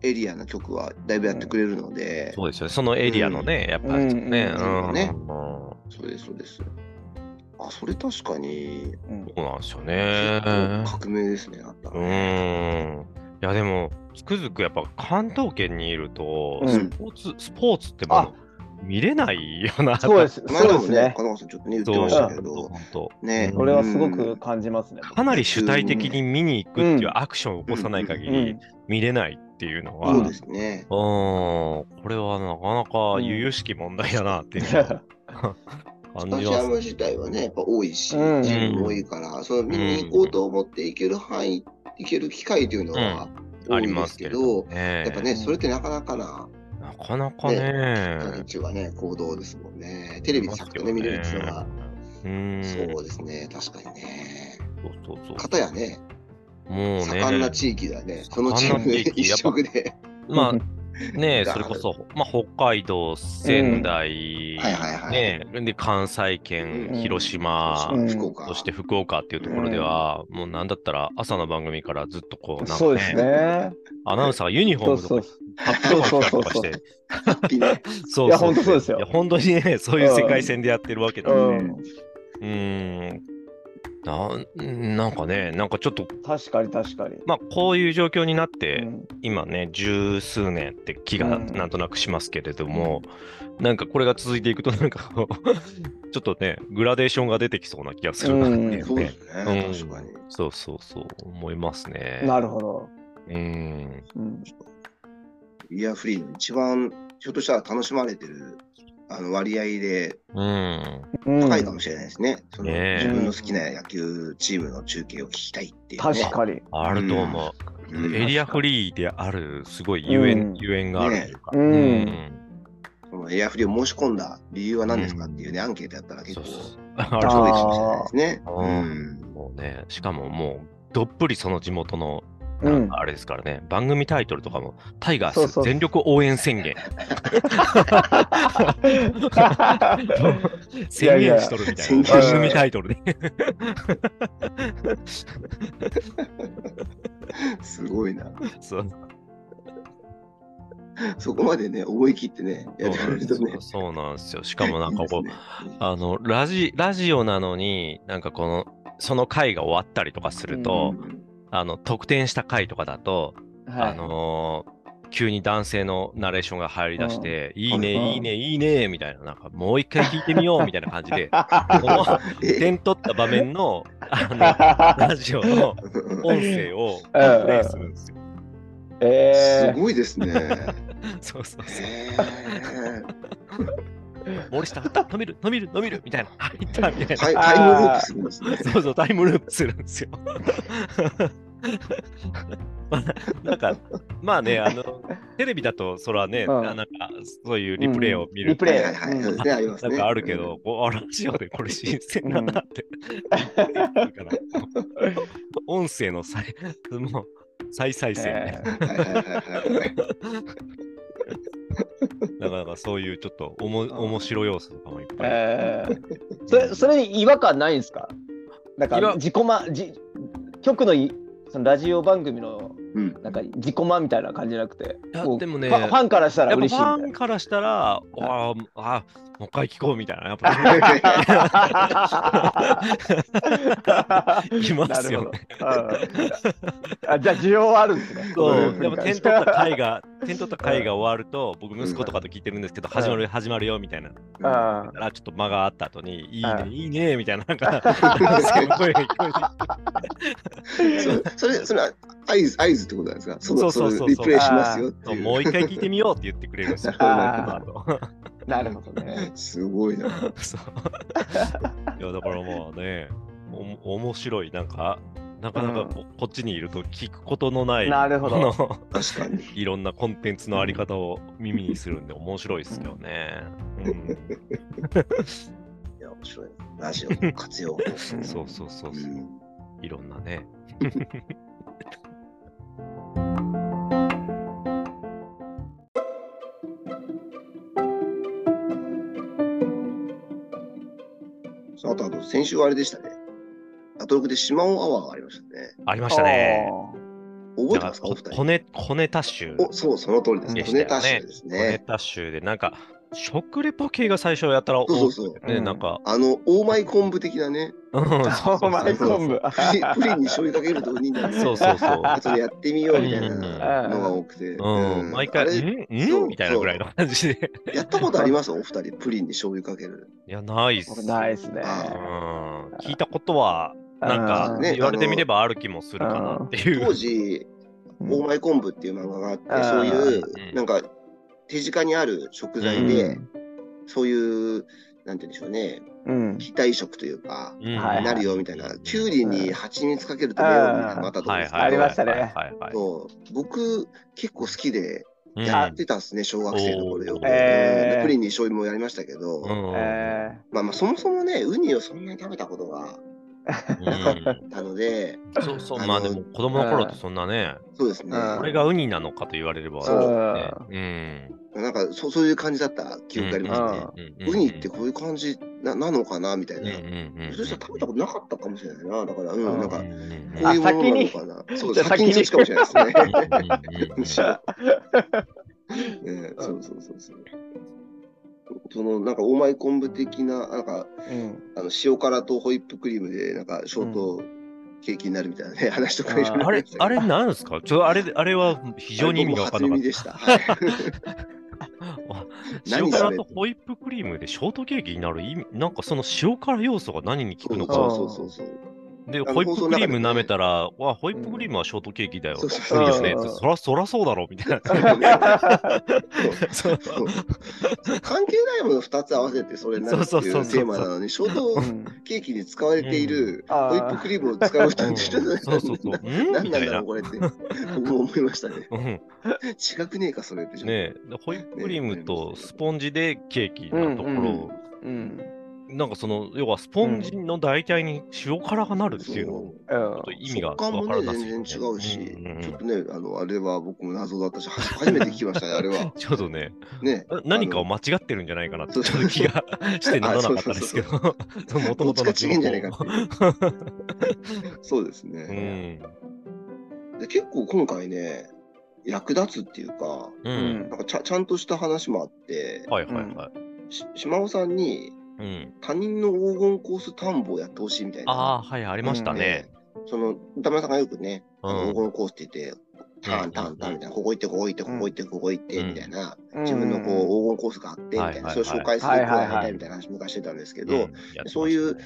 Speaker 1: エリアの曲はだいぶやってくれるので、
Speaker 3: そうですよね。そのエリアのね、やっぱ
Speaker 2: うん
Speaker 3: ね。
Speaker 2: うん
Speaker 1: そうだね
Speaker 3: うん
Speaker 1: そうです、そうです。あ、それ確かに、
Speaker 2: うん
Speaker 3: そうなんですよ
Speaker 1: 結
Speaker 3: ね。
Speaker 1: 構革命ですね、あったら
Speaker 3: う
Speaker 1: ね。
Speaker 3: ーん。いやでも、つくづくやっぱ関東圏にいると、
Speaker 2: うん
Speaker 3: スポーツ、スポーツっても
Speaker 2: あ
Speaker 3: う見れないような。。
Speaker 2: そうですす。
Speaker 1: 前で
Speaker 2: そう
Speaker 1: も
Speaker 2: です
Speaker 1: ね
Speaker 2: ね、。
Speaker 1: 金川さんちょっとね、言って
Speaker 3: そう
Speaker 1: ましたけど、
Speaker 3: 本当。
Speaker 1: ね
Speaker 3: うん
Speaker 2: これはすごく感じますね。
Speaker 3: かなり主体的に見に行くっていうアクションを起こさない限
Speaker 2: う
Speaker 3: り
Speaker 2: ん
Speaker 3: 見れないっていうのは、
Speaker 1: そううんですね。
Speaker 3: これはなかなか由々しき問題だなっていうのは
Speaker 1: ス
Speaker 3: 感
Speaker 1: タ
Speaker 3: じ
Speaker 1: ジ
Speaker 3: ま
Speaker 1: ア
Speaker 3: す
Speaker 1: ム自体はね、やっぱ多いし、チ
Speaker 2: うん
Speaker 1: ームも多いから、それ見に行こうと思って行ける範囲、行ける機会というのは多
Speaker 3: あり
Speaker 1: いで
Speaker 3: ますす
Speaker 1: け
Speaker 3: け
Speaker 1: ど
Speaker 3: ど、ね。
Speaker 1: やっぱね、それってなかなかな、
Speaker 3: なかなか
Speaker 1: 彼
Speaker 3: ね。
Speaker 1: 中はね、行動ですもんね。テレビでサッとね、見れるっていうのは、
Speaker 3: うん。
Speaker 1: そうですね、確かにね。
Speaker 3: そうそうそう。
Speaker 1: かたやね、
Speaker 3: もうね。
Speaker 1: 盛んな地域だね、その地
Speaker 3: 盛
Speaker 1: 域
Speaker 3: んな
Speaker 1: で
Speaker 3: 地域
Speaker 1: 一色で。
Speaker 3: ま
Speaker 2: うん
Speaker 3: あ ねえ、
Speaker 1: があ
Speaker 3: そ
Speaker 1: る
Speaker 3: れこそ、まあ、北海道、仙台、
Speaker 1: はいはいはい。
Speaker 3: ねえで関西圏、
Speaker 2: うん
Speaker 3: 広島、
Speaker 2: うん
Speaker 1: 福岡。
Speaker 3: そして福岡っていうところでは、もうなんだったら朝の番組からずっとこう、なん
Speaker 2: そうです
Speaker 3: かね、
Speaker 2: ね。
Speaker 3: アナウンサーがユニフォ
Speaker 2: そう
Speaker 3: ー
Speaker 2: そ
Speaker 3: ムと
Speaker 2: う
Speaker 3: か。発表会とかして、
Speaker 1: ハッピー ね。
Speaker 3: そう
Speaker 2: いや
Speaker 3: そう
Speaker 2: 本当そうですよ
Speaker 3: いや、本当にね、そういう世界線でやってるわけだ。
Speaker 2: う。
Speaker 3: うんーん。なんなんかね、なんかちょっと、
Speaker 2: 確かに確かに。
Speaker 3: まあ、こういう状況になって、
Speaker 2: うん
Speaker 3: 今ね十数年って気が
Speaker 2: うん
Speaker 3: なんとなくしますけれども、なんかこれが続いていくとなんかこう ちょっとねグラデーションが出てきそうな気がするなっていうね、
Speaker 1: そうですね、
Speaker 3: うん
Speaker 1: 確かに。
Speaker 3: そうそうそう思いますね。
Speaker 2: なるほど。
Speaker 3: うん
Speaker 2: うん
Speaker 1: イヤーフリーの一番、ひょっとしたら楽しまれてるあの割合で
Speaker 3: うん
Speaker 2: うん
Speaker 1: 高いかもしれないですね。その
Speaker 3: ねえ
Speaker 1: 自分の好きな野球チームの中継を聞きたいっていう、ね。
Speaker 2: 確かに。
Speaker 3: あると思う、
Speaker 1: うん
Speaker 3: エリアフリーであるすごいゆえん、
Speaker 2: うん
Speaker 3: ゆえんがあるというか。
Speaker 2: うん
Speaker 1: そのエアフリーを申し込んだ理由は何ですかっていうね、アンケートやったら結
Speaker 3: そう
Speaker 1: 構、
Speaker 3: そう
Speaker 1: 上位
Speaker 3: あ
Speaker 1: か
Speaker 2: あ
Speaker 3: る
Speaker 1: もしれないですね。
Speaker 3: う
Speaker 1: うん
Speaker 3: ん、もうね、しかももう、どっぷりその地元の、
Speaker 2: う
Speaker 3: なん
Speaker 2: ん
Speaker 3: かあれですからね、番組タイトルとかも、タイガー
Speaker 2: そう
Speaker 3: ス
Speaker 2: そう
Speaker 3: 全力応援宣 言、宣言しとるみたい
Speaker 1: 宣言し
Speaker 3: な、
Speaker 1: とる
Speaker 3: 番組タイ トルで。
Speaker 1: すごいな。
Speaker 3: そう
Speaker 1: そこまでね、思い切ってね、やってくれるとね。
Speaker 3: そうなんですよ。しかもなんかこ
Speaker 1: い
Speaker 3: う
Speaker 1: い、ですね
Speaker 3: あのラジ、ラジオなのに、なんかこの、その回が終わったりとかすると、あの、得点した回とかだと、
Speaker 2: はい
Speaker 3: あのー急に男性のナレーションが入り出して、いいね、
Speaker 2: うん、
Speaker 3: いいね、いいね、みたいな、なんかもう一回聞いてみようみたいな感じで この
Speaker 1: え
Speaker 3: 点取った場面のあのラジオの音声をプレイするんですよ。
Speaker 2: え
Speaker 1: すごいですね。
Speaker 3: そうそうそう。
Speaker 1: へー
Speaker 3: 森下、伸びる、伸びる、伸びる、みたいな。入った、みたい
Speaker 1: タイ
Speaker 2: あ
Speaker 1: タ
Speaker 2: ー
Speaker 1: イムループするんですね
Speaker 3: な。。そうそう、タイムループするんですよ。 まあなんか、まあね、あの、テレビだと、そらね、
Speaker 2: うん
Speaker 3: ななんか、そういうリプレイを見る。
Speaker 2: リプ
Speaker 1: は
Speaker 2: レイ
Speaker 1: いはいはい。そうですね、あります
Speaker 3: な
Speaker 1: ね。
Speaker 3: んかあるけど、こうあラジオでこれ新鮮だなって。 だから音声の再、もう、再再生、ね
Speaker 2: えー
Speaker 1: うん。はいはいはいはい。
Speaker 3: なかなかそういうちょっとおも面白要素とかもいっぱい。
Speaker 2: えー、それそれに違和感ないんですかなん
Speaker 3: 違和
Speaker 2: か自己満じ局のいそのラジオ番組の
Speaker 1: うん
Speaker 2: なんか自己満みたいな感じじゃなくて、
Speaker 3: いや
Speaker 2: こう
Speaker 3: でもね
Speaker 2: ファファンからしたら
Speaker 3: やっぱ
Speaker 2: 嬉しい
Speaker 3: フ
Speaker 2: みたい
Speaker 3: ァンからしたら、わああ、もう一回聞こうみたいな、やっぱ いますよね。
Speaker 2: なるほど。うんあじゃあ需要はあるんですね。
Speaker 3: そうう、
Speaker 1: ん
Speaker 3: でも点取った回が、点取った回が終わると、僕息子とかと聞いてるんですけど、始まるよ、始まるよみたいな。
Speaker 2: あ
Speaker 3: からちょっと間があった後に、いい
Speaker 2: は
Speaker 3: ね、
Speaker 2: い
Speaker 3: いいね、みたいな、な んか、
Speaker 1: ん
Speaker 3: 声が聞こえてき て
Speaker 1: そう それ、それは合図、合図ってことなんですかそ
Speaker 3: そう
Speaker 1: の
Speaker 3: そ
Speaker 1: そ
Speaker 3: うそうそ
Speaker 1: の
Speaker 3: う
Speaker 1: リプレイしますよって
Speaker 3: そう
Speaker 1: い
Speaker 3: も
Speaker 1: う。
Speaker 3: う一回聞いてみようって言ってくれるんですよ。
Speaker 2: あ
Speaker 3: その後
Speaker 2: ーなるほどね。
Speaker 1: すごいな。
Speaker 3: そう。 いや、だからまあね、おも面白い、なんか、なかなかこ,、こっちにいると聞くことのない、
Speaker 2: なるほど
Speaker 3: この
Speaker 1: 確かに。
Speaker 3: いろんなコンテンツのあり方を耳にするんで、 面白いですよね。うん
Speaker 1: いや、面白いな。ラジオの活用法。
Speaker 2: うん
Speaker 3: そうそうそう
Speaker 1: う
Speaker 3: そう、
Speaker 1: ん
Speaker 3: いろんなね。
Speaker 1: そうあと、あと、先週はあれでしたね。アトロクで島尾アワーがありましたね。
Speaker 3: ありましたね。
Speaker 1: 覚えてますか、お
Speaker 3: な
Speaker 1: 二
Speaker 3: んか
Speaker 1: 人
Speaker 3: 小。ネ小ネタ集。
Speaker 1: お、そう、その通りです。
Speaker 2: で
Speaker 1: 小
Speaker 3: したよ
Speaker 1: ネ
Speaker 3: ね
Speaker 1: タ集です
Speaker 3: 小ネ
Speaker 1: ね。
Speaker 3: タ集で、なんか、食レポ系が最初やったら多くてね、
Speaker 1: そうそう
Speaker 2: そう
Speaker 3: なんか、
Speaker 1: あの、オーマイ昆布的なね、
Speaker 3: うんそうそ
Speaker 2: お
Speaker 3: うそう
Speaker 2: 前 昆布。
Speaker 1: プリンプリンに醤油かけると鬼になる。
Speaker 3: そ うそうそう。
Speaker 1: あとでやってみようみたいな
Speaker 3: うんうんうん
Speaker 1: のが多くて。
Speaker 3: うん、毎
Speaker 1: あ
Speaker 3: 回、
Speaker 1: れ
Speaker 3: ん
Speaker 1: そ
Speaker 3: ん
Speaker 1: う
Speaker 3: みたいなぐらいの感じで。
Speaker 1: やったことありますお二人、プリンに醤油かける。
Speaker 3: いや、ないっす。
Speaker 2: 僕ないですね。
Speaker 3: うん、聞いたことは、なん
Speaker 2: う
Speaker 3: か、
Speaker 2: ん
Speaker 1: ね
Speaker 3: 言われてみればある気もするかなってい
Speaker 1: 当
Speaker 3: う。
Speaker 1: 時、
Speaker 2: うん
Speaker 1: オーマイ昆布っていう漫画があって、
Speaker 2: あー
Speaker 1: そう
Speaker 3: う
Speaker 1: い
Speaker 3: ん
Speaker 1: う、なんか、手近にある食材で、そういう、なんて言うんでしょうね、
Speaker 2: うん。
Speaker 1: 非対食というか、
Speaker 3: うん
Speaker 2: はい
Speaker 1: なるよみたいな、きゅうりに蜂蜜かけるとメロンみたいなのがあったと思うん
Speaker 3: はい
Speaker 1: ですけ
Speaker 3: はい
Speaker 1: ど、
Speaker 2: ありましたね
Speaker 3: はいはいはい
Speaker 1: そう僕、結構好きで
Speaker 3: うん
Speaker 1: やってたんですね、小学生の頃よ
Speaker 3: お
Speaker 1: く。
Speaker 3: ー
Speaker 2: へー
Speaker 1: でプリンに醤油もやりましたけど、
Speaker 3: うん
Speaker 2: え
Speaker 1: まあまあ、そもそもね、ウニをそんなに食べたことが
Speaker 3: うん
Speaker 1: なので、
Speaker 3: そうそう、
Speaker 1: あの
Speaker 3: まあでも子供の頃ってそんなね、
Speaker 1: そうですね、
Speaker 2: うん
Speaker 3: これがウニなのかと言われれば、
Speaker 1: そう
Speaker 3: ね
Speaker 1: なんかそそういう感じだった記憶がありますね。
Speaker 3: うん。
Speaker 1: ウニってこういう感じななのかなみたい
Speaker 3: うんう
Speaker 1: な。
Speaker 3: んうん、
Speaker 1: そしたら食べたことなかったかもしれないな。だから、うん、なんか、
Speaker 3: う
Speaker 1: こ
Speaker 3: んうん
Speaker 1: ういうものなのかな。そう、
Speaker 2: じゃあ
Speaker 1: 先にそっちかもしれない
Speaker 3: うん
Speaker 1: ですね。ねそうそうそうそう。その、なんか、オーマイ昆布的な、なんか、
Speaker 2: ーうん。
Speaker 1: あの塩辛とホイップクリームで、なんか、ショートケーキになるみたいなね、話とかいろいろ
Speaker 3: あ
Speaker 1: り
Speaker 3: れ
Speaker 1: まし、た
Speaker 3: あ
Speaker 1: けど
Speaker 3: れなんですかちょあれ、あれは非常に意味が分からなか
Speaker 1: あ
Speaker 3: っ
Speaker 1: れ僕初耳でした。 はい
Speaker 3: た。
Speaker 1: 何
Speaker 3: 塩
Speaker 1: そ
Speaker 3: 辛
Speaker 1: れ
Speaker 3: とホイップクリームでショートケーキになる意味、なんかその塩辛要素が何に効
Speaker 1: そ
Speaker 3: く
Speaker 1: う
Speaker 3: の
Speaker 2: あ
Speaker 3: か。
Speaker 1: そうそうそう。
Speaker 3: で、
Speaker 1: の
Speaker 3: ホイップクリーム舐めたら、わ、ホイップクリームはショートケーキだよ。
Speaker 1: そう
Speaker 3: い
Speaker 1: そう
Speaker 3: い
Speaker 2: ん
Speaker 3: です
Speaker 1: そう
Speaker 3: ね。
Speaker 2: うん
Speaker 3: そら、そらそうだろ、みた いな。そ
Speaker 1: そ
Speaker 3: う
Speaker 1: うそう関係ないもの2つ合わせてそれになるって
Speaker 3: そ
Speaker 1: いう
Speaker 3: そうそう
Speaker 1: う
Speaker 3: そう
Speaker 1: テーマなのにショー
Speaker 2: う
Speaker 1: ト
Speaker 2: ん
Speaker 1: ケーキに使われている
Speaker 2: あ
Speaker 1: ホイップ
Speaker 2: ー
Speaker 1: クリームを使う
Speaker 3: う
Speaker 1: 人
Speaker 3: ん
Speaker 1: 知ら ない
Speaker 3: そうそうそう。うん
Speaker 1: 何
Speaker 3: み
Speaker 1: な
Speaker 3: た
Speaker 1: んだ
Speaker 3: い
Speaker 1: ろ
Speaker 3: な
Speaker 1: う。これって僕も思いましたね
Speaker 3: うん
Speaker 1: 違くねえかそれって
Speaker 3: ねえでホイップクリームとスポンジでケーキのとこ
Speaker 2: うん
Speaker 3: ろ、
Speaker 2: うん。
Speaker 3: なんかその、要はスポンジの代替に塩辛がなるっていうの
Speaker 1: そ
Speaker 3: も、
Speaker 2: うん
Speaker 3: ちょっと意味が
Speaker 1: 食感
Speaker 3: わ
Speaker 1: も
Speaker 3: から
Speaker 1: ね
Speaker 3: なすぎて
Speaker 1: 全然違うし、
Speaker 3: んんうん
Speaker 1: ちょっとねあのあれは僕も謎だったしは初めて聞きましたねあれは
Speaker 3: ちょっとね、
Speaker 1: ね
Speaker 3: な何かを間違ってるんじゃないかなって
Speaker 1: そう
Speaker 3: ちょっと気が してならなかったですけど、も ともと
Speaker 1: ど
Speaker 3: の
Speaker 1: っちか違えんじゃないかっていう そうです
Speaker 3: う
Speaker 1: ね、
Speaker 3: ん。
Speaker 1: で結構今回ね役立つっていうか
Speaker 3: う。
Speaker 2: うんん
Speaker 1: なんかちゃちゃんとした話もあって、
Speaker 3: はいはいはい。
Speaker 1: し島尾さんに
Speaker 3: うん。
Speaker 1: 他人の黄金コース田んぼをやってほしいみたいな。
Speaker 3: ああ、はい、ありましたね。
Speaker 1: その、歌丸さんがよくね、
Speaker 3: う
Speaker 1: あの黄。
Speaker 3: ん
Speaker 1: 金コースって言って、ターン、ターン、ターンみたいな、ここ行って、ここ行って、ここ行って、ここ行って、みたいな、自分のこう黄金コースがあって、みたいな、
Speaker 3: はいはいはい
Speaker 1: それを紹介するコーナーやりたいみたいな話昔してたんですけど、そういう、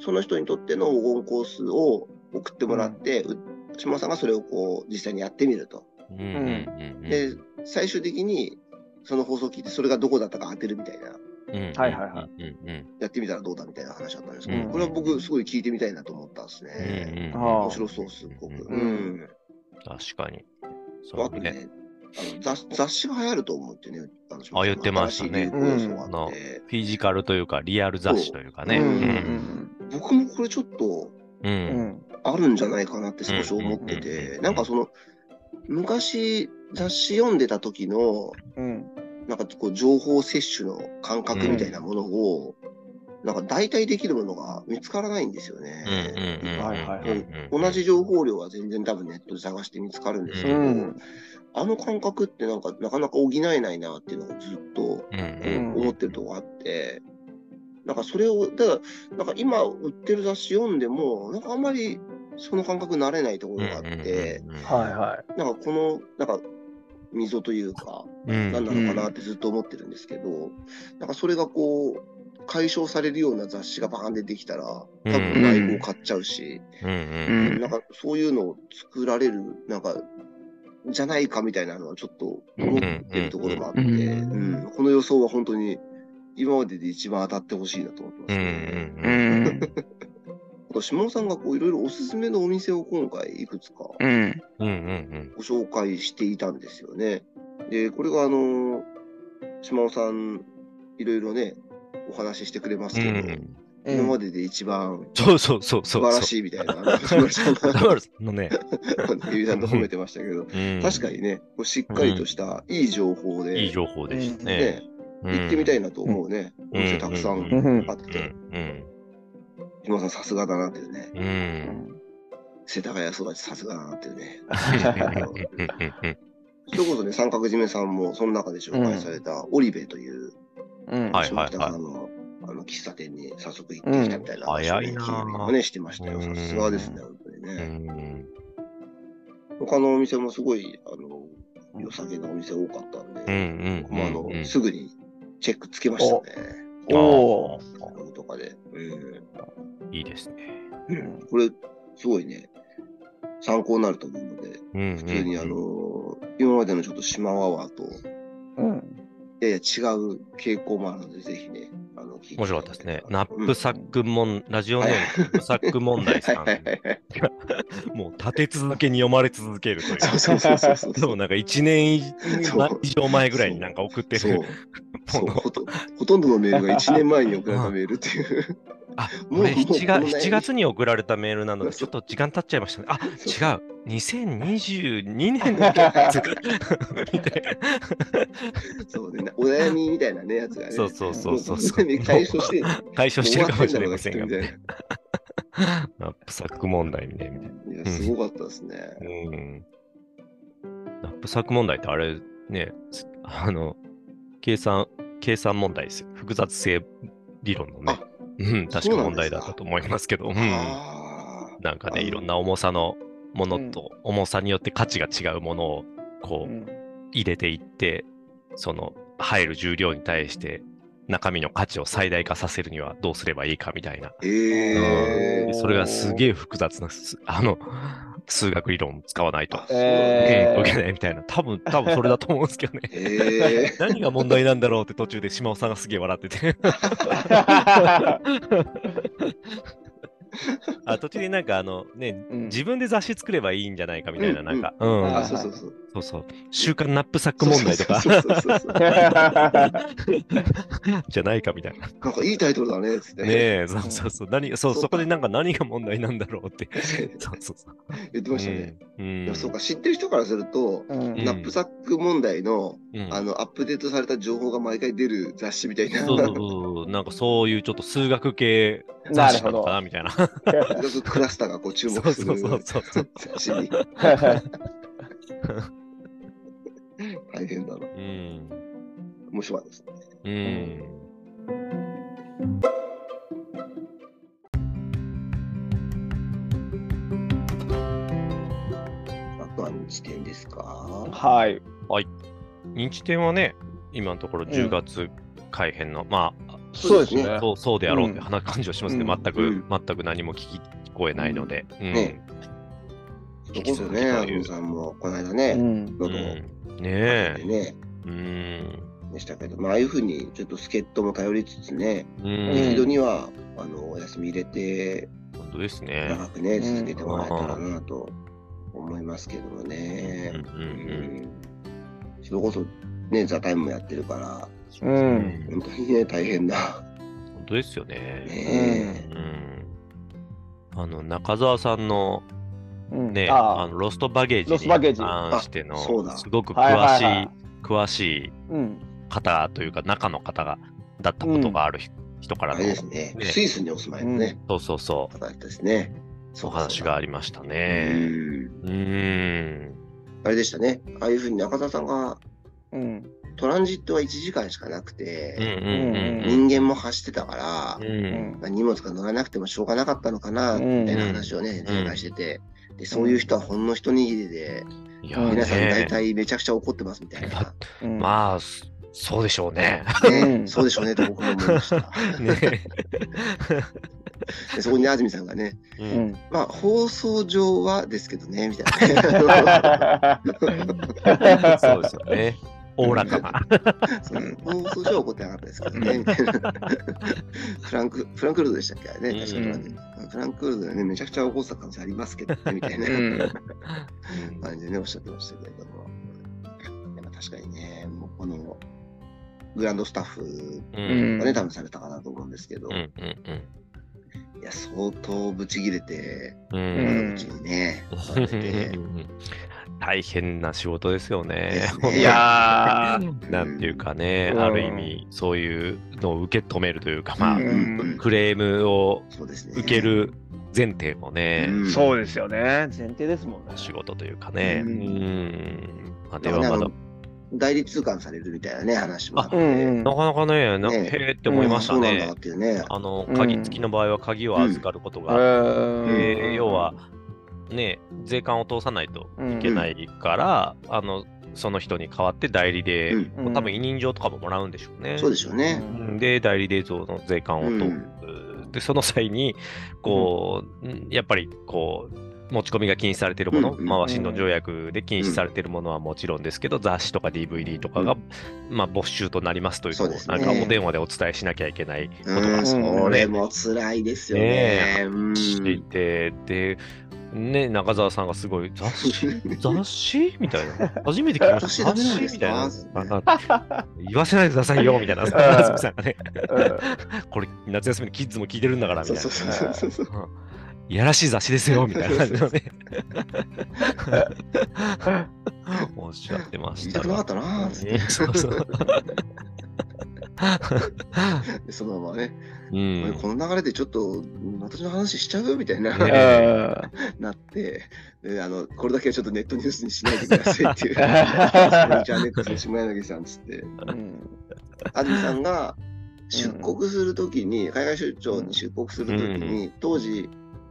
Speaker 1: その人にとっての黄金コースを送ってもらって、う島尾さんがそれをこう、実際にやってみると。
Speaker 3: うんうんうんうん
Speaker 1: で、最終的に、その放送を聞いて、それがどこだったか当てるみたいな。
Speaker 3: うんうん。
Speaker 2: はいはいはい
Speaker 3: うんうん
Speaker 1: やってみたらどうだみたいな話だったんですけ
Speaker 3: う
Speaker 1: ど、
Speaker 3: ん
Speaker 1: これは僕すごい聞いてみたいなと思ったんですね。
Speaker 3: うんうん
Speaker 2: ああ
Speaker 1: 面白そう、すっごく。
Speaker 3: う
Speaker 1: うん。
Speaker 3: 確かに。そ
Speaker 1: あ
Speaker 3: う
Speaker 1: と
Speaker 3: ね。
Speaker 1: ね、あの雑雑誌が流行ると思うってね、あの
Speaker 3: あ言ってましたね
Speaker 1: 新流行要素があって、
Speaker 3: フィジカルというか、リアル雑誌というかね。
Speaker 1: そううん
Speaker 3: うん
Speaker 1: 僕もこれちょっと
Speaker 3: う。
Speaker 2: うんん
Speaker 1: あるんじゃないかなって少し思って
Speaker 3: うんうんうんう
Speaker 1: て、
Speaker 3: ん
Speaker 1: なんかその、昔雑誌読んでた時の、
Speaker 2: うん
Speaker 1: なんかこう情報摂取の感覚みたいなものを、なんか代替できるものが見つからないんですよね。
Speaker 3: うんうんうん
Speaker 2: はいはいはい
Speaker 3: うんうん
Speaker 1: 同じ情報量は全然多分ネットで探して見つかるんですけど、
Speaker 2: うん
Speaker 1: あの感覚ってなんかなかなか補えないなっていうのをずっと
Speaker 3: うんうん
Speaker 1: 思ってるとこがあって、なんかそれを、だからなんか今売ってる雑誌読んでも、なんかあんまりその感覚慣れないところがあって、
Speaker 3: うんうんうんうん
Speaker 2: はいはい
Speaker 1: なんかこの、なんか溝というか、
Speaker 3: うん
Speaker 1: 何なのかなってずっと思ってるんですけど、なんかそれがこう解消されるような雑誌がバーンでできたら多分ライブを買っちゃうし、
Speaker 3: うん
Speaker 2: うん
Speaker 1: なんかそういうのを作られるなんかじゃないかみたいなのはちょっと思ってるところがあって、う
Speaker 2: うんん
Speaker 1: この予想は本当に今までで一番当たってほしいなと思ってま
Speaker 3: う
Speaker 1: す
Speaker 3: ん
Speaker 1: ね。
Speaker 3: うんうん
Speaker 1: あと下尾さんがこういろいろおすすめのお店を今回いくつか
Speaker 2: うん
Speaker 3: うんうん
Speaker 1: ご紹介していたんですよね。で、これがあの、島尾さん、いろいろね、お話ししてくれます
Speaker 3: う
Speaker 1: けど、
Speaker 3: ん
Speaker 1: 今までで一番
Speaker 3: そうそうそう
Speaker 1: 素
Speaker 3: そう。
Speaker 1: 晴らしいみたいな、あの島尾さん
Speaker 3: だ
Speaker 1: が、
Speaker 3: からのね。
Speaker 1: ゆりさんと褒めてましたけど、確か
Speaker 3: に。
Speaker 1: にね、こうしっかりとしたいい情報で、
Speaker 3: いい情報でした
Speaker 1: ね
Speaker 3: ね。、
Speaker 1: 行ってみた
Speaker 3: い。
Speaker 1: いなと思うね、
Speaker 3: うん
Speaker 1: お店たくさ
Speaker 3: うん
Speaker 2: うんん
Speaker 1: あって、
Speaker 3: うん
Speaker 1: 島尾さんさすがだなっていうね、
Speaker 3: うん。うん
Speaker 1: 世田谷育ちさすがだなっていうね。
Speaker 3: うんうん
Speaker 1: それこそね、三角締めさんもその中で紹介されたオリベという、
Speaker 2: うん
Speaker 3: はい
Speaker 1: 下北沢のあの喫茶店に早速行ってきたみたいな話をね、
Speaker 3: うん早いな
Speaker 1: 金曜日もね、してましたよ。
Speaker 3: う
Speaker 1: さ
Speaker 3: ん
Speaker 1: すがですね、本当に
Speaker 3: う
Speaker 1: ね。
Speaker 3: ん
Speaker 1: 他のお店もすごい、あの、良さげなお店多かったん
Speaker 3: うんう
Speaker 1: で、
Speaker 3: ん
Speaker 1: 僕
Speaker 3: うん
Speaker 1: もあ
Speaker 3: うん
Speaker 1: の、すぐにチェックつけましたね。
Speaker 2: おお
Speaker 1: ブログとかで。うん
Speaker 3: いいですね。
Speaker 1: うんこれ、すごいね、参考になると思うので、
Speaker 3: 普
Speaker 1: 普通にあの、今までのちょっと島ワワと、
Speaker 2: うん
Speaker 1: いやいや違う傾向もあるので、ぜひね、あの、聞いてい
Speaker 3: 面
Speaker 1: た
Speaker 3: 白
Speaker 1: だ
Speaker 3: かっ
Speaker 1: け
Speaker 3: たです
Speaker 1: たら
Speaker 3: ね。ナップサックもん、ラジオネーム、ナップサック問題さん。もう立て続けに読まれ続けるという。
Speaker 1: そうそうそうそう
Speaker 3: そう、なんか1年以
Speaker 1: そう
Speaker 3: 以上前ぐらいになんか送って
Speaker 1: そう
Speaker 3: る。。
Speaker 1: そう
Speaker 3: もの
Speaker 1: ほとほとんどのメールが1年前に送られたメールっていう。
Speaker 3: あ、
Speaker 1: もう
Speaker 3: これ7
Speaker 1: もうこの
Speaker 3: 月
Speaker 1: ね
Speaker 3: ,7 月に送られたメールなので、ち
Speaker 1: そう
Speaker 3: ょっと時間経っちゃいましたね。あ、
Speaker 1: そ
Speaker 3: 違う。2022年 の月見て。
Speaker 1: そうね、お悩みみたいなね、やつがね。
Speaker 3: そうそうそうそうそ
Speaker 1: もう
Speaker 3: う。
Speaker 1: 解消して、
Speaker 3: 解消してるかもしれません
Speaker 1: もう
Speaker 3: が、
Speaker 1: 終わってんだろうなきっと
Speaker 3: ナップサック問題みたいな。
Speaker 1: みたいな。いや、すごかったですね。
Speaker 3: うん。ナップサック問題ってあれね、すあの、計算、計算問題ですよ。複雑性理論のね
Speaker 1: あ。
Speaker 3: うん、確
Speaker 1: そう
Speaker 3: か
Speaker 1: なん
Speaker 3: 問
Speaker 1: ですか
Speaker 3: 題だったと思いますけど、うん。
Speaker 1: あ
Speaker 3: なんか
Speaker 1: あの
Speaker 3: ね、いろんな重さのものと、重さによって価値が違うものを、こう、入れていって、その、入る重量に対して、中身の価値を最大化させるにはどうすればいいかみたいな。
Speaker 1: ーえ
Speaker 2: う
Speaker 1: ー
Speaker 2: ん
Speaker 3: それがすげえ複雑なす、 あの、数学理論を使わないと
Speaker 1: あ。そう。
Speaker 2: え
Speaker 3: うん
Speaker 2: ー
Speaker 3: 受けないみたいな、多分多分それだと思うんですけどね
Speaker 1: えー
Speaker 3: 何が問題なんだろうって途中で島尾さんがすげえ笑っ ててあ途中でなんかあのね
Speaker 2: うん
Speaker 3: 自分で雑誌作ればいいんじゃないかみたいな
Speaker 1: うん
Speaker 3: なんかうん、
Speaker 2: はい
Speaker 1: あ、
Speaker 2: はい
Speaker 1: そうそうそう。
Speaker 3: そうそう週刊ナップサック 問題とか
Speaker 1: そうそうそうそう
Speaker 3: じゃないかみたいな
Speaker 1: なんかいいタイトルだね、つって。
Speaker 3: ねえそうそうそう何そう
Speaker 1: そうか
Speaker 3: そこでなんか何が問題なんだろうってそうそうそう
Speaker 1: 言ってましたね。
Speaker 3: う
Speaker 1: い
Speaker 3: んうん
Speaker 1: やそうか、知ってる人からすると、
Speaker 2: うん
Speaker 3: ん
Speaker 1: ナップサック問題の
Speaker 3: うん
Speaker 1: あのアップデートされた情報が毎回出る雑誌みたいな。
Speaker 3: そうそうそうなんかそういうちょっと数学系
Speaker 2: な
Speaker 3: 雑
Speaker 2: る
Speaker 3: 誌
Speaker 2: ほ
Speaker 3: なのかな
Speaker 2: ど
Speaker 3: みたいな
Speaker 1: クラスターがこう注
Speaker 3: そう
Speaker 1: 目す
Speaker 3: そう
Speaker 1: る
Speaker 3: そうそう
Speaker 1: 雑誌に大変だな。
Speaker 3: うん
Speaker 1: 面白かったですね。
Speaker 3: うん
Speaker 1: あとは地点ですか。
Speaker 2: はい
Speaker 3: 認知店はね、今のところ10月改編の、ま
Speaker 2: そうです
Speaker 3: あ
Speaker 2: ね
Speaker 3: そう、そうであろうって
Speaker 2: うん
Speaker 3: 話感じはしますけど、
Speaker 2: うん
Speaker 3: 全
Speaker 1: う
Speaker 3: く
Speaker 1: ん、
Speaker 3: 全く何も聞こえないので、うん
Speaker 1: ねそ
Speaker 3: 引
Speaker 1: こ
Speaker 3: き
Speaker 1: そ
Speaker 3: 続き
Speaker 1: ね、
Speaker 3: と
Speaker 1: ア
Speaker 3: い
Speaker 1: ブ
Speaker 3: う。
Speaker 1: さんもこの間
Speaker 2: う
Speaker 1: ね、
Speaker 2: ん
Speaker 1: 喉を
Speaker 3: うんね
Speaker 1: ね
Speaker 3: え、
Speaker 1: ね、
Speaker 3: うん、
Speaker 1: でしたけど、まあ、ああいうふうにちょっと助っ人も頼りつつね、
Speaker 3: う
Speaker 2: うん
Speaker 3: ん。
Speaker 1: 適度にはあのお休み入れて、
Speaker 3: 本当ですね。
Speaker 1: 長くね、
Speaker 2: うん
Speaker 1: 続けてもらえたらなと思いますけどもね
Speaker 3: うん。うんうん。
Speaker 1: それこそ、ね、ザ・タイムもやってるから、
Speaker 2: う。
Speaker 3: うん
Speaker 1: 本
Speaker 3: ん
Speaker 1: 当にね、大変な。
Speaker 3: 本当ですよね。
Speaker 1: ね
Speaker 3: うん。あの、中澤さんの
Speaker 2: うん。
Speaker 3: ね、
Speaker 2: あ
Speaker 3: あのロストバゲージ
Speaker 2: ロストバゲー
Speaker 3: に
Speaker 2: ジ
Speaker 3: 関しての
Speaker 1: あそうだ
Speaker 3: すごく詳し
Speaker 2: は
Speaker 3: い,、
Speaker 2: いはいはい
Speaker 3: 詳しい
Speaker 2: うん。
Speaker 3: 方というか中の方がだったことがある人人か
Speaker 1: あ
Speaker 3: らの、
Speaker 1: れですね
Speaker 3: ね
Speaker 1: スイスにお住まいのね、
Speaker 3: そうそうそ
Speaker 1: 方ですね。
Speaker 3: うお話がありましたね。
Speaker 1: うん
Speaker 3: うーん。
Speaker 1: あれでしたね。ああいうふうに中田さんが
Speaker 2: うん。
Speaker 1: トランジットは1時間しかなく
Speaker 3: うんう
Speaker 1: て、
Speaker 3: んうんうん。
Speaker 1: 人間も走ってたから、
Speaker 3: う
Speaker 2: うんん。
Speaker 1: まあ荷物が乗らなくてもしょうがなかったのかな、
Speaker 2: う
Speaker 1: み
Speaker 2: ん
Speaker 1: たいな話をね、
Speaker 3: うん
Speaker 1: 展開してて、で、そういう人はほんの一握りで、
Speaker 3: いや
Speaker 2: うん
Speaker 1: 皆さん大
Speaker 3: ね、
Speaker 1: 体めちゃくちゃ怒ってますみたいな。
Speaker 2: うん。
Speaker 3: まあそそうでしょうね。
Speaker 2: う
Speaker 1: ね、
Speaker 2: ん
Speaker 1: そうでしょうねと僕も思いました。
Speaker 3: ね
Speaker 1: でそこに安住さんがね、
Speaker 3: う
Speaker 2: うんん。
Speaker 1: まあ放送上はですけどね、みたい な。
Speaker 3: そうですよね。おおらかな。
Speaker 1: その放送上は怒ってなかったですけどね、みたいな。フランク、フランクルードでしたっけあれね、確かに、フランクルードでね、めちゃくちゃ怒ってた可能性ありますけど ね、みたいな。
Speaker 2: うん
Speaker 3: うん
Speaker 1: 感じでね、おっしゃってましたけれども。でも確かにね、もうこのグランドスタッフ
Speaker 3: う
Speaker 2: うん
Speaker 3: ん
Speaker 1: がね、多分されたかなと思うんですけど、
Speaker 3: うん
Speaker 1: いや、相当ブチギレて、
Speaker 3: うんう。
Speaker 1: うんうちにね、されて、
Speaker 3: 大変な仕事ですよ
Speaker 1: で
Speaker 3: ね
Speaker 1: す。ね
Speaker 2: いや
Speaker 3: なんていうかね、
Speaker 2: うん
Speaker 3: ある意味そういうのを受け止めるというか、 まあ
Speaker 1: うん、うん
Speaker 3: クレームを
Speaker 1: そうですね。
Speaker 3: 受ける前提のね、
Speaker 1: うん、
Speaker 2: ー、
Speaker 1: う
Speaker 2: そうですよね。前提ですもんね。
Speaker 3: 仕事というかね、う
Speaker 1: うんん、
Speaker 3: まあ、で
Speaker 1: だからね
Speaker 3: はま
Speaker 1: あ
Speaker 3: だ
Speaker 1: の、代理通関されるみたいなね、話もあって。
Speaker 2: うんうん
Speaker 3: なかなかね、な
Speaker 1: ね
Speaker 3: へえって思いました
Speaker 1: そうなんだ
Speaker 3: ね
Speaker 1: っ。ていうね。
Speaker 3: あの
Speaker 2: うん
Speaker 3: 鍵付きの場合は鍵を預かることが、
Speaker 1: え
Speaker 3: で要は、ね、税関を通さないと
Speaker 2: うん、い
Speaker 3: いけないから、あのその人に代わって代理で、
Speaker 1: うん
Speaker 2: うん
Speaker 3: 多分委任状とかももらうんでしょうね。
Speaker 1: そうでしょうね。
Speaker 3: うんで代理冷蔵の税関を通る、でその際にこう、んやっぱりこう持ち込みが禁止されているもの、
Speaker 1: うんうん
Speaker 3: まあ、ワシントン条約で禁止されているものはもちろんですけど、雑誌とか DVD とかが、
Speaker 1: う
Speaker 3: まあ、没収となりますという
Speaker 1: そう
Speaker 3: こ
Speaker 1: で
Speaker 3: う
Speaker 1: す
Speaker 3: な
Speaker 1: ね
Speaker 3: んかお電話でお伝えしなきゃいけないこと
Speaker 1: う
Speaker 3: が
Speaker 1: ん、
Speaker 3: そ
Speaker 1: そ
Speaker 3: の
Speaker 1: れ
Speaker 3: ね
Speaker 1: も辛いですよ
Speaker 3: ね
Speaker 1: ね。うん。
Speaker 3: していて、で、ね、中澤さんが すごい雑誌雑誌みたいな。初めて聞きました。
Speaker 1: 雑誌なん
Speaker 3: 雑誌
Speaker 1: で
Speaker 3: み
Speaker 1: す
Speaker 3: たい
Speaker 1: か
Speaker 3: な。なんか言わせないでくださいよみたいな。
Speaker 2: ん
Speaker 3: 安住さんがね、これ夏休みにキッズも聞いてるんだからみた
Speaker 1: そ
Speaker 3: いうな。
Speaker 1: そうそうそうそう。
Speaker 3: いやらしい雑誌ですよみたいな感じのね。おっしゃってま
Speaker 1: 言
Speaker 3: し
Speaker 1: いた
Speaker 3: た
Speaker 1: くなか
Speaker 3: が
Speaker 1: っ。たなーっつっ
Speaker 3: ねそうそう。
Speaker 1: て、そのままね、
Speaker 3: うん。
Speaker 1: 俺この流れでちょっとうん私の話しちゃうみたいな、
Speaker 3: ね
Speaker 1: なってであの、これだけはちょっとネットニュースにしないでください っていう。じゃあネットの下柳さんっつって、安住さんが出国するときに、海外出張に出国するときに、当時、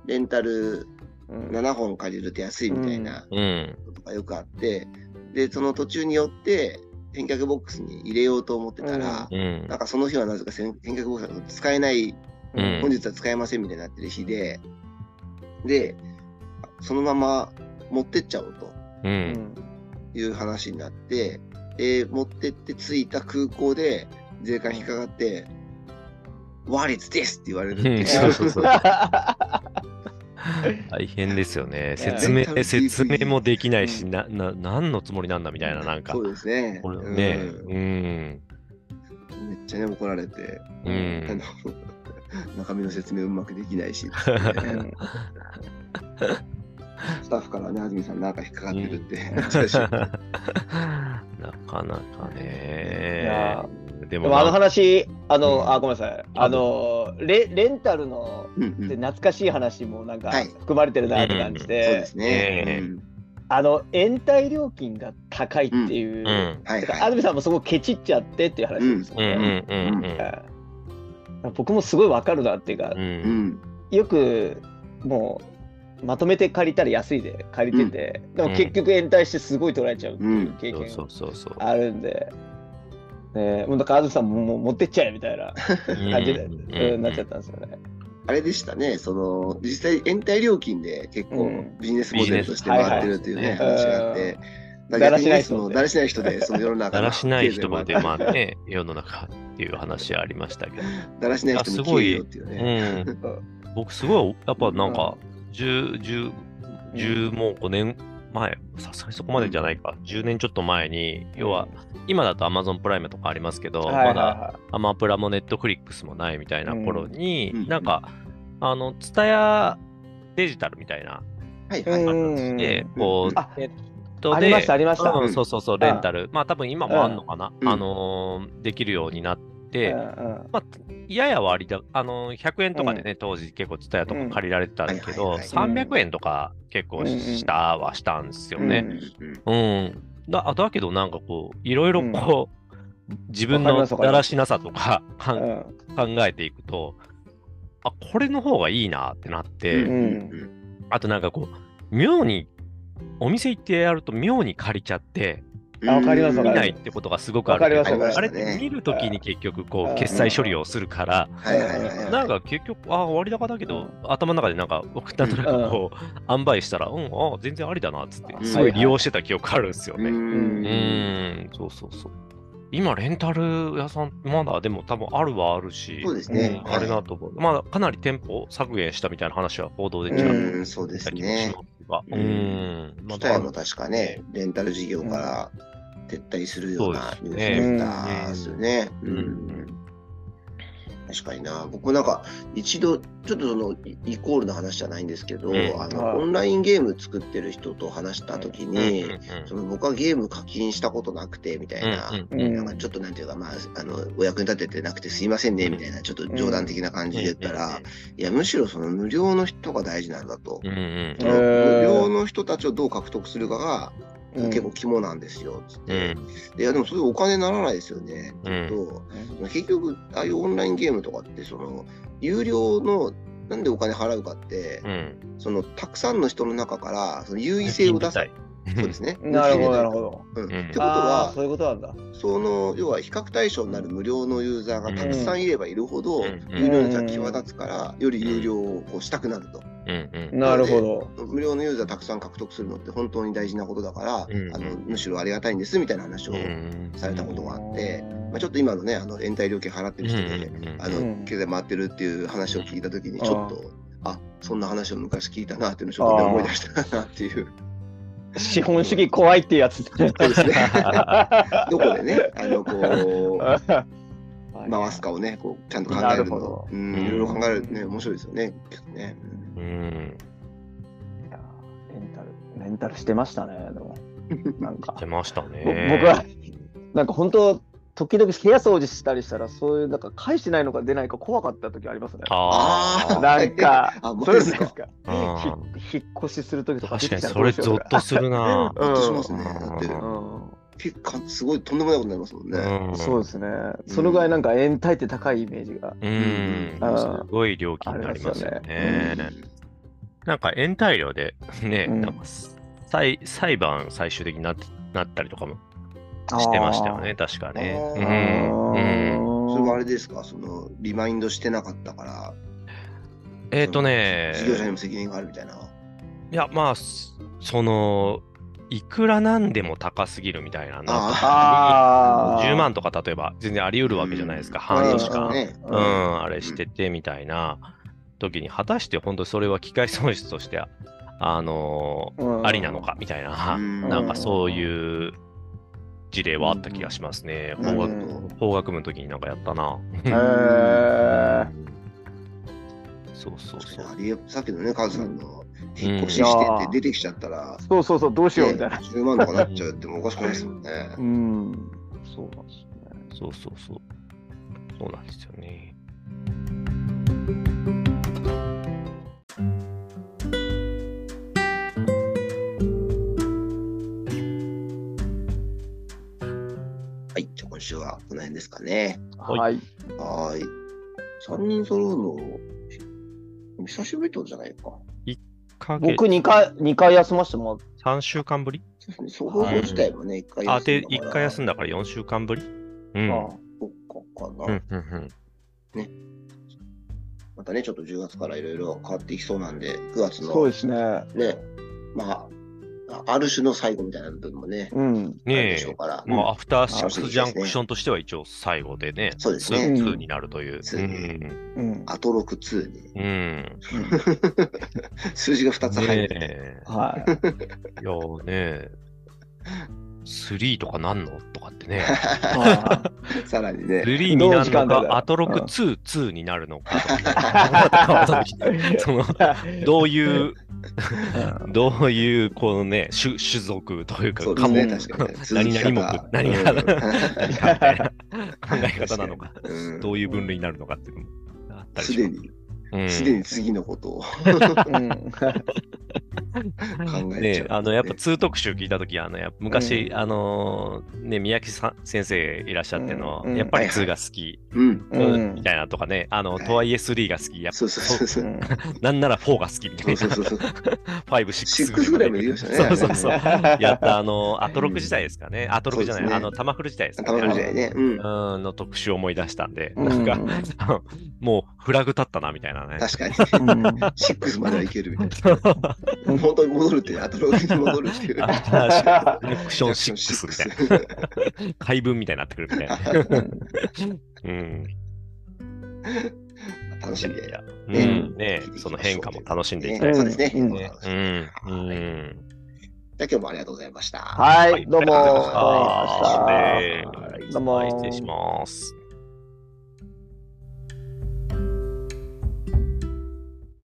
Speaker 1: レンタル7本借りると安いみたいな
Speaker 3: うん。
Speaker 1: ことがよくあって、で、その途中によって、返却ボックスに入れようと思ってたら、
Speaker 3: うん
Speaker 1: なんかその日はなぜかせん返却ボックスが使えない、
Speaker 3: うん
Speaker 1: 本日は使えませんみたいになってる日で、で、そのまま持ってっちゃおう
Speaker 3: うん。
Speaker 1: という話になって、で、持ってって着いた空港で税関引っかかって、What is this? って言われるって
Speaker 3: う
Speaker 1: い
Speaker 3: ん
Speaker 1: う。
Speaker 3: そうそうそう。大変ですよね。説明、
Speaker 1: ね
Speaker 3: え説明もできないし、な、な、何のつもりなんだみたいな、なんか
Speaker 1: そ。うですね。
Speaker 3: これね、う
Speaker 1: う
Speaker 3: ん。
Speaker 1: んめっちゃね、怒られて、
Speaker 3: う
Speaker 1: あ
Speaker 3: ん。
Speaker 1: の 中身の説明うまくできない し、つってねスタッフからね、安住さんなんか引っかかってるって、 写真
Speaker 3: なかなか
Speaker 2: いや
Speaker 3: ね。で
Speaker 2: でもあの
Speaker 3: まあ
Speaker 2: 話、あの、
Speaker 3: うん
Speaker 2: あ、ごめんなさい、あの、レ、レンタルの。
Speaker 1: うんうん
Speaker 2: で懐かしい話もなんか
Speaker 1: はい
Speaker 2: 含まれてるなって感じ
Speaker 1: そう
Speaker 2: で
Speaker 1: で、すね。
Speaker 3: ええ
Speaker 1: うん
Speaker 2: あの延滞料金が高いっていう、
Speaker 3: うん。
Speaker 1: はい
Speaker 2: だから
Speaker 1: は
Speaker 2: 安
Speaker 1: い。
Speaker 2: 住さんもそこケチっちゃってっていう話ですよ
Speaker 3: うん
Speaker 2: ね。
Speaker 3: うんうん
Speaker 2: はい僕もすごいわかるなっていうか
Speaker 3: う、。
Speaker 1: うんん。
Speaker 2: よくもうまとめて借りたら安いで借りてて、でも結局延滞してすごい取られちゃうっていう経
Speaker 3: そう
Speaker 2: 験
Speaker 3: そうそうそう。
Speaker 2: あるんで、ね、もうだから安住さんももう持ってっちゃえみたいな感じで、
Speaker 3: うん
Speaker 2: うんなっちゃったんですよね。
Speaker 1: あれでしたね、その、実際、延滞料金で結
Speaker 2: う
Speaker 1: 構
Speaker 2: ん
Speaker 1: ビジネスモデルとして回ってるっていうね、
Speaker 3: ビジネス
Speaker 1: 話があって、だか
Speaker 2: だ
Speaker 1: ら
Speaker 2: ら
Speaker 1: 逆
Speaker 2: し
Speaker 1: に
Speaker 2: ない
Speaker 1: ね
Speaker 2: 人
Speaker 1: その
Speaker 2: で
Speaker 1: だらしない人で、その世の中
Speaker 3: だ
Speaker 1: の
Speaker 3: らしない人ま
Speaker 1: 経
Speaker 3: で、
Speaker 1: 済
Speaker 3: まあね、世の中っていう話ありましたけど。
Speaker 1: だらしない人も
Speaker 3: あすごい
Speaker 1: 消えるよっていう
Speaker 3: う
Speaker 1: ね。
Speaker 3: ん、僕、すごい、やっぱなんか、10、10、10もう5年前、さすがにそこまでじゃないか、10年ちょっと前に、要は、今だと Amazon プライムとかありますけど、
Speaker 2: はい
Speaker 3: ま
Speaker 2: はい
Speaker 3: だ
Speaker 2: は
Speaker 3: アマプラもネットフリックスもないみたいな頃に、
Speaker 1: うんうん
Speaker 3: なんか、あの、ツタヤデジタルみたいな
Speaker 1: はい
Speaker 2: い。
Speaker 1: はい。
Speaker 2: うん
Speaker 3: で、こう
Speaker 2: あ、
Speaker 3: ネットで、
Speaker 2: ありました、ありました。
Speaker 3: う
Speaker 1: うん
Speaker 3: ん、そうそうそう、レンタル。まあ多分今もあんのかな。
Speaker 1: うん
Speaker 3: あのーできるようになって、
Speaker 2: うんうん
Speaker 3: まあ、やや割だ、あのー100円とかでね、当時結構ツタヤとか借りられてたんだけど、
Speaker 1: うんはいはい
Speaker 2: はい
Speaker 3: 300円とか結構したはしたんですよ
Speaker 1: うん
Speaker 3: ね。うん。だあだけどなんかこう、いろいろこう、自
Speaker 2: わ
Speaker 3: 分
Speaker 2: かり
Speaker 3: の
Speaker 2: ますわかり
Speaker 3: だ
Speaker 2: ま
Speaker 3: ら
Speaker 2: す
Speaker 3: しなさとかかん
Speaker 2: う
Speaker 3: 考
Speaker 2: ん
Speaker 3: えていくと、あ、これの方がいいなってなって、
Speaker 1: うんうん
Speaker 3: あとなんかこう、妙に、お店行ってやると妙に借りちゃって、
Speaker 1: うん
Speaker 2: あわかりますわかりま
Speaker 3: 見
Speaker 2: す
Speaker 3: ないってことがすごくあるけ
Speaker 2: わ
Speaker 3: ど、
Speaker 2: かります
Speaker 3: あれっ
Speaker 1: わかります
Speaker 3: て見るときに結局こ
Speaker 2: うん
Speaker 3: う、決済処理をするから、
Speaker 1: はいはいはいはい。
Speaker 3: なんか結局、ああ、割高だけど、頭の中でなんか、僕なんとなく こう、塩梅したら、うん、ああ、全然ありだな、っつって
Speaker 2: う、ん
Speaker 3: すごい利用してた記憶あるんですよ
Speaker 1: う
Speaker 3: ね。
Speaker 1: ん
Speaker 3: うーん、そうそうそう。今、レンタル屋さん、まだでも多分あるはあるし、
Speaker 1: そうですね
Speaker 3: んあれなと思う。まあ、かなり店舗削減したみたいな話は報道でちらっと
Speaker 1: うんうんそうですね。。
Speaker 3: う
Speaker 1: うんん。
Speaker 3: まあ
Speaker 1: 北谷も確かね、レンタル事業から撤退するような
Speaker 3: そう
Speaker 1: ニュ
Speaker 3: です
Speaker 1: ース
Speaker 3: ね
Speaker 1: だったですよね。
Speaker 3: う
Speaker 1: うんん確かにな、僕なんか一度、ちょっとそのイイコールの話じゃないんですけど、
Speaker 3: うん
Speaker 1: あ
Speaker 2: はい
Speaker 1: のオンラインゲーム作ってる人と話したとき
Speaker 3: うんうん
Speaker 1: に、その僕はゲーム課金したことなくてみたいな、
Speaker 3: うんうん
Speaker 2: うん
Speaker 1: なんかちょっとなんていうか、まあ、あのお役に立ててなくてすいませんねみたいな、ちょっと冗談的な感じで言ったら、いや、むしろその無料の人が大事なんだと。
Speaker 3: うんうん
Speaker 1: その
Speaker 2: へー
Speaker 1: 無料の人たちをどう獲得するかが
Speaker 2: うん
Speaker 1: 結構肝なんですよ、つっ
Speaker 3: うんう
Speaker 1: て。
Speaker 3: ん
Speaker 1: でいや、でもそれお金にならないですよね、
Speaker 3: うんうん
Speaker 1: と。結局、ああいうオンラインゲームとかって、その、有料の、なんでお金払うかって、
Speaker 3: うん
Speaker 1: その、たくさんの人の中から、その、優位性を出す。そうですね。
Speaker 2: なるほど、な
Speaker 1: ど。
Speaker 2: るほど。
Speaker 1: うんって
Speaker 3: うん
Speaker 1: こと
Speaker 2: ああー、
Speaker 1: は
Speaker 2: そ、ういうことなんだ。
Speaker 1: その、要は比較対象になる無料のユーザーがたくさんいればいるほど、
Speaker 3: うん
Speaker 1: 有料の人は際立つから、より有料をこうしたくなると。
Speaker 3: うんうん
Speaker 2: なるほど。
Speaker 1: 無料のユーザーたくさん獲得するのって本当に大事なことだから、
Speaker 3: うん
Speaker 1: あのむしろありがたいんですみたいな話を、
Speaker 3: うん
Speaker 1: されたことがあって、まあ、ちょっと今のねあの延滞料金払ってる人で、
Speaker 3: うんうんうん
Speaker 1: あの
Speaker 2: うん
Speaker 1: 経済回ってるっていう話を聞いた時に
Speaker 2: うん
Speaker 1: ちょっと、あそんな話を昔聞いたなっていうのをちょっとね
Speaker 2: あー
Speaker 1: 思い出したなって いう
Speaker 2: 資本主義怖いっていう やつ。
Speaker 1: そうですねどこでねあのこう回
Speaker 2: 回
Speaker 1: す。かをねこうちゃんと考
Speaker 2: な
Speaker 1: え
Speaker 2: る
Speaker 1: る
Speaker 2: ほ
Speaker 1: の
Speaker 2: ど
Speaker 1: うんいろいろ考えるとね面白いですよねきっとね。うん
Speaker 3: うん
Speaker 2: いやーレンタル、レンタルしてましたね、でも。なんか。
Speaker 3: 出ました
Speaker 2: ぼ
Speaker 3: ね
Speaker 2: 僕は、なんか本当、時々部屋掃除したりしたら、そういう、なんか返してないのか出ないか怖かった時ありますね。
Speaker 3: あ
Speaker 1: あ
Speaker 2: なんか、
Speaker 1: あマ
Speaker 2: そう
Speaker 1: ジ
Speaker 2: い
Speaker 1: で
Speaker 2: う
Speaker 1: すか
Speaker 2: のないですか。
Speaker 3: あー
Speaker 2: ひ引っ越しする時とか
Speaker 3: 確
Speaker 2: 出
Speaker 3: か
Speaker 2: てきたら
Speaker 3: にそ
Speaker 2: どう
Speaker 3: れ
Speaker 2: しよ
Speaker 3: ゾ
Speaker 2: う
Speaker 3: ッと
Speaker 2: か
Speaker 3: す るな
Speaker 1: ゾッとしますねだって
Speaker 2: う
Speaker 1: と
Speaker 2: ん
Speaker 1: 結果すごいとんでもないことになりますもんね。
Speaker 3: うん
Speaker 2: そうですね。そのぐらいなんか延滞って高いイメージが。
Speaker 3: うん
Speaker 1: うん
Speaker 3: すごい料金になりますよ
Speaker 2: あり
Speaker 3: ねなんか延滞料でね
Speaker 2: うん
Speaker 3: なんか裁裁判最終的になってなったりとかもしてましたよね確かね
Speaker 1: あ
Speaker 2: あ
Speaker 1: ー
Speaker 3: うんう
Speaker 1: そ
Speaker 3: ん
Speaker 1: れはあ
Speaker 2: ー。
Speaker 1: れですか、そのリマインドしてなかったから、
Speaker 3: えっとね
Speaker 1: 事業者にも責任があるみたいな。
Speaker 3: いや、まあ、すその、いくらなんでも高すぎるみたいなな。
Speaker 2: あー
Speaker 3: 10万とか例えば全然あり得るわけじゃないですか、
Speaker 1: うん
Speaker 3: 半年
Speaker 2: か
Speaker 3: 間。
Speaker 1: ね
Speaker 3: う。ん、あれしててみたいな時に、果たして本当にそれは機械損失として、あのー
Speaker 2: うん
Speaker 3: ありなのかみたいな、
Speaker 1: うん
Speaker 3: なんかそういう事例はあった気がしますね。
Speaker 1: な
Speaker 3: 法
Speaker 1: るほ
Speaker 3: 学
Speaker 1: ど
Speaker 3: 法学部の時になんかやったな。
Speaker 2: へー
Speaker 3: そうそう
Speaker 1: 確
Speaker 3: そ
Speaker 1: かに
Speaker 3: う
Speaker 1: あ。りえさっきのね、カズさんの引っ越ししてって出てきちゃったら、ね
Speaker 2: そうそうそう、どうしようみたいな。
Speaker 1: 10万とかなっちゃうってもおかしくないですもんね。
Speaker 2: うん。そうなんですね。
Speaker 3: そうそうそう。そうなんですよね。
Speaker 1: はい、じゃあ今週はこの辺ですかね。
Speaker 3: はい
Speaker 2: はい。
Speaker 1: はーい。3人揃うの、久しぶりってことじゃないか。
Speaker 2: 僕2回、二回休ませても
Speaker 3: 3週間ぶり
Speaker 1: そうですね、総合自体もね、一回
Speaker 3: あ、で、1回休ん
Speaker 1: だ
Speaker 3: だから4週間ぶりう
Speaker 2: ら
Speaker 3: ん。
Speaker 2: っ
Speaker 1: から。そっかか
Speaker 3: う
Speaker 1: な。
Speaker 3: んうんうん
Speaker 1: またね、ちょっと10月からいろいろ変わっていきそうなんで、9
Speaker 2: た。
Speaker 1: 月の
Speaker 2: そうですね。
Speaker 1: ね、まあ、ああある種の最後みたいな部分もね、
Speaker 2: うん。
Speaker 1: ある
Speaker 3: ね
Speaker 1: でしょ
Speaker 3: え
Speaker 1: う。から、
Speaker 3: ま
Speaker 1: うん
Speaker 3: あ、アフターシックスジャンクションとしては一応最後でね、
Speaker 1: そうですね
Speaker 3: ツーツーになるという。
Speaker 1: ツ
Speaker 3: うん。
Speaker 2: うん。
Speaker 1: アトロク2に
Speaker 3: うん。
Speaker 1: 数字が2つ入る。
Speaker 3: ねえ。
Speaker 2: はい
Speaker 3: やーねえ。3とかなんのとかってね。
Speaker 2: い。 は
Speaker 1: さらにね、
Speaker 3: 3になるの
Speaker 2: どう時間か
Speaker 3: か、
Speaker 2: か
Speaker 3: アトロク
Speaker 2: うん
Speaker 3: 2、2になるのかとかね。
Speaker 2: い
Speaker 3: そのどういう、
Speaker 2: う
Speaker 3: どういう、このね、種種族というか、
Speaker 1: そうで
Speaker 3: か
Speaker 1: す
Speaker 3: も
Speaker 1: ね、確かにね。
Speaker 3: 何々目
Speaker 1: 続き方
Speaker 3: 何々何かみたいな考え方なのか、
Speaker 1: うん
Speaker 3: どういう分類になるのかっていうのもあったり
Speaker 1: す
Speaker 3: しま
Speaker 1: ですに、
Speaker 3: うん。
Speaker 1: すでに次のことを考
Speaker 2: うん。
Speaker 1: えちゃう、
Speaker 3: ね、あのやっぱ通特集聞いた時あのやっぱ昔、あのね宮城さん先生いらっしゃっての、
Speaker 2: うんうん
Speaker 3: やっぱり
Speaker 1: はいはい
Speaker 3: 2が好き、
Speaker 1: うん、
Speaker 2: うん
Speaker 3: うんみたいなとかねあの、
Speaker 1: はい
Speaker 3: とはいえ3が好きやっぱ
Speaker 1: そうそうそうう。
Speaker 2: ん
Speaker 3: なんなら4が好きみた
Speaker 1: そ
Speaker 3: いう
Speaker 1: そう
Speaker 3: な
Speaker 1: そうそう。
Speaker 3: 56
Speaker 1: 6ぐらいも言いましたね
Speaker 3: そうそうそう やったあのアトロク時代ですかねアトロクじゃない、
Speaker 1: そうです
Speaker 3: あ
Speaker 1: ね
Speaker 3: のタマフル時代ですか
Speaker 1: 頭の時代ね。うん。
Speaker 3: うんの特集を思い出したんで、
Speaker 2: うん
Speaker 3: なんか、あのもうフラグ立ったなみたいなね。
Speaker 1: 確か に。
Speaker 2: うん
Speaker 1: 6まではいけるみたい
Speaker 3: か
Speaker 1: な。本当に戻るって、アトロクに戻るっていう。
Speaker 3: に。アクション6みたいな。
Speaker 1: いな。
Speaker 3: 怪文みたいになってくるみたいな。うん。
Speaker 1: 楽しみで。
Speaker 3: う
Speaker 1: ね
Speaker 3: ん。ね
Speaker 1: 聞いていきましょう
Speaker 3: その変化も楽しんでいきたい。
Speaker 1: ねそうですね。
Speaker 2: うん
Speaker 1: じゃ
Speaker 3: う
Speaker 1: あ
Speaker 3: ん。うん。
Speaker 1: 今日もありがとうございました。
Speaker 2: はい、どうも。
Speaker 1: ありがとうございました
Speaker 2: ありがとうございました
Speaker 3: で
Speaker 2: どうも
Speaker 3: 失礼します。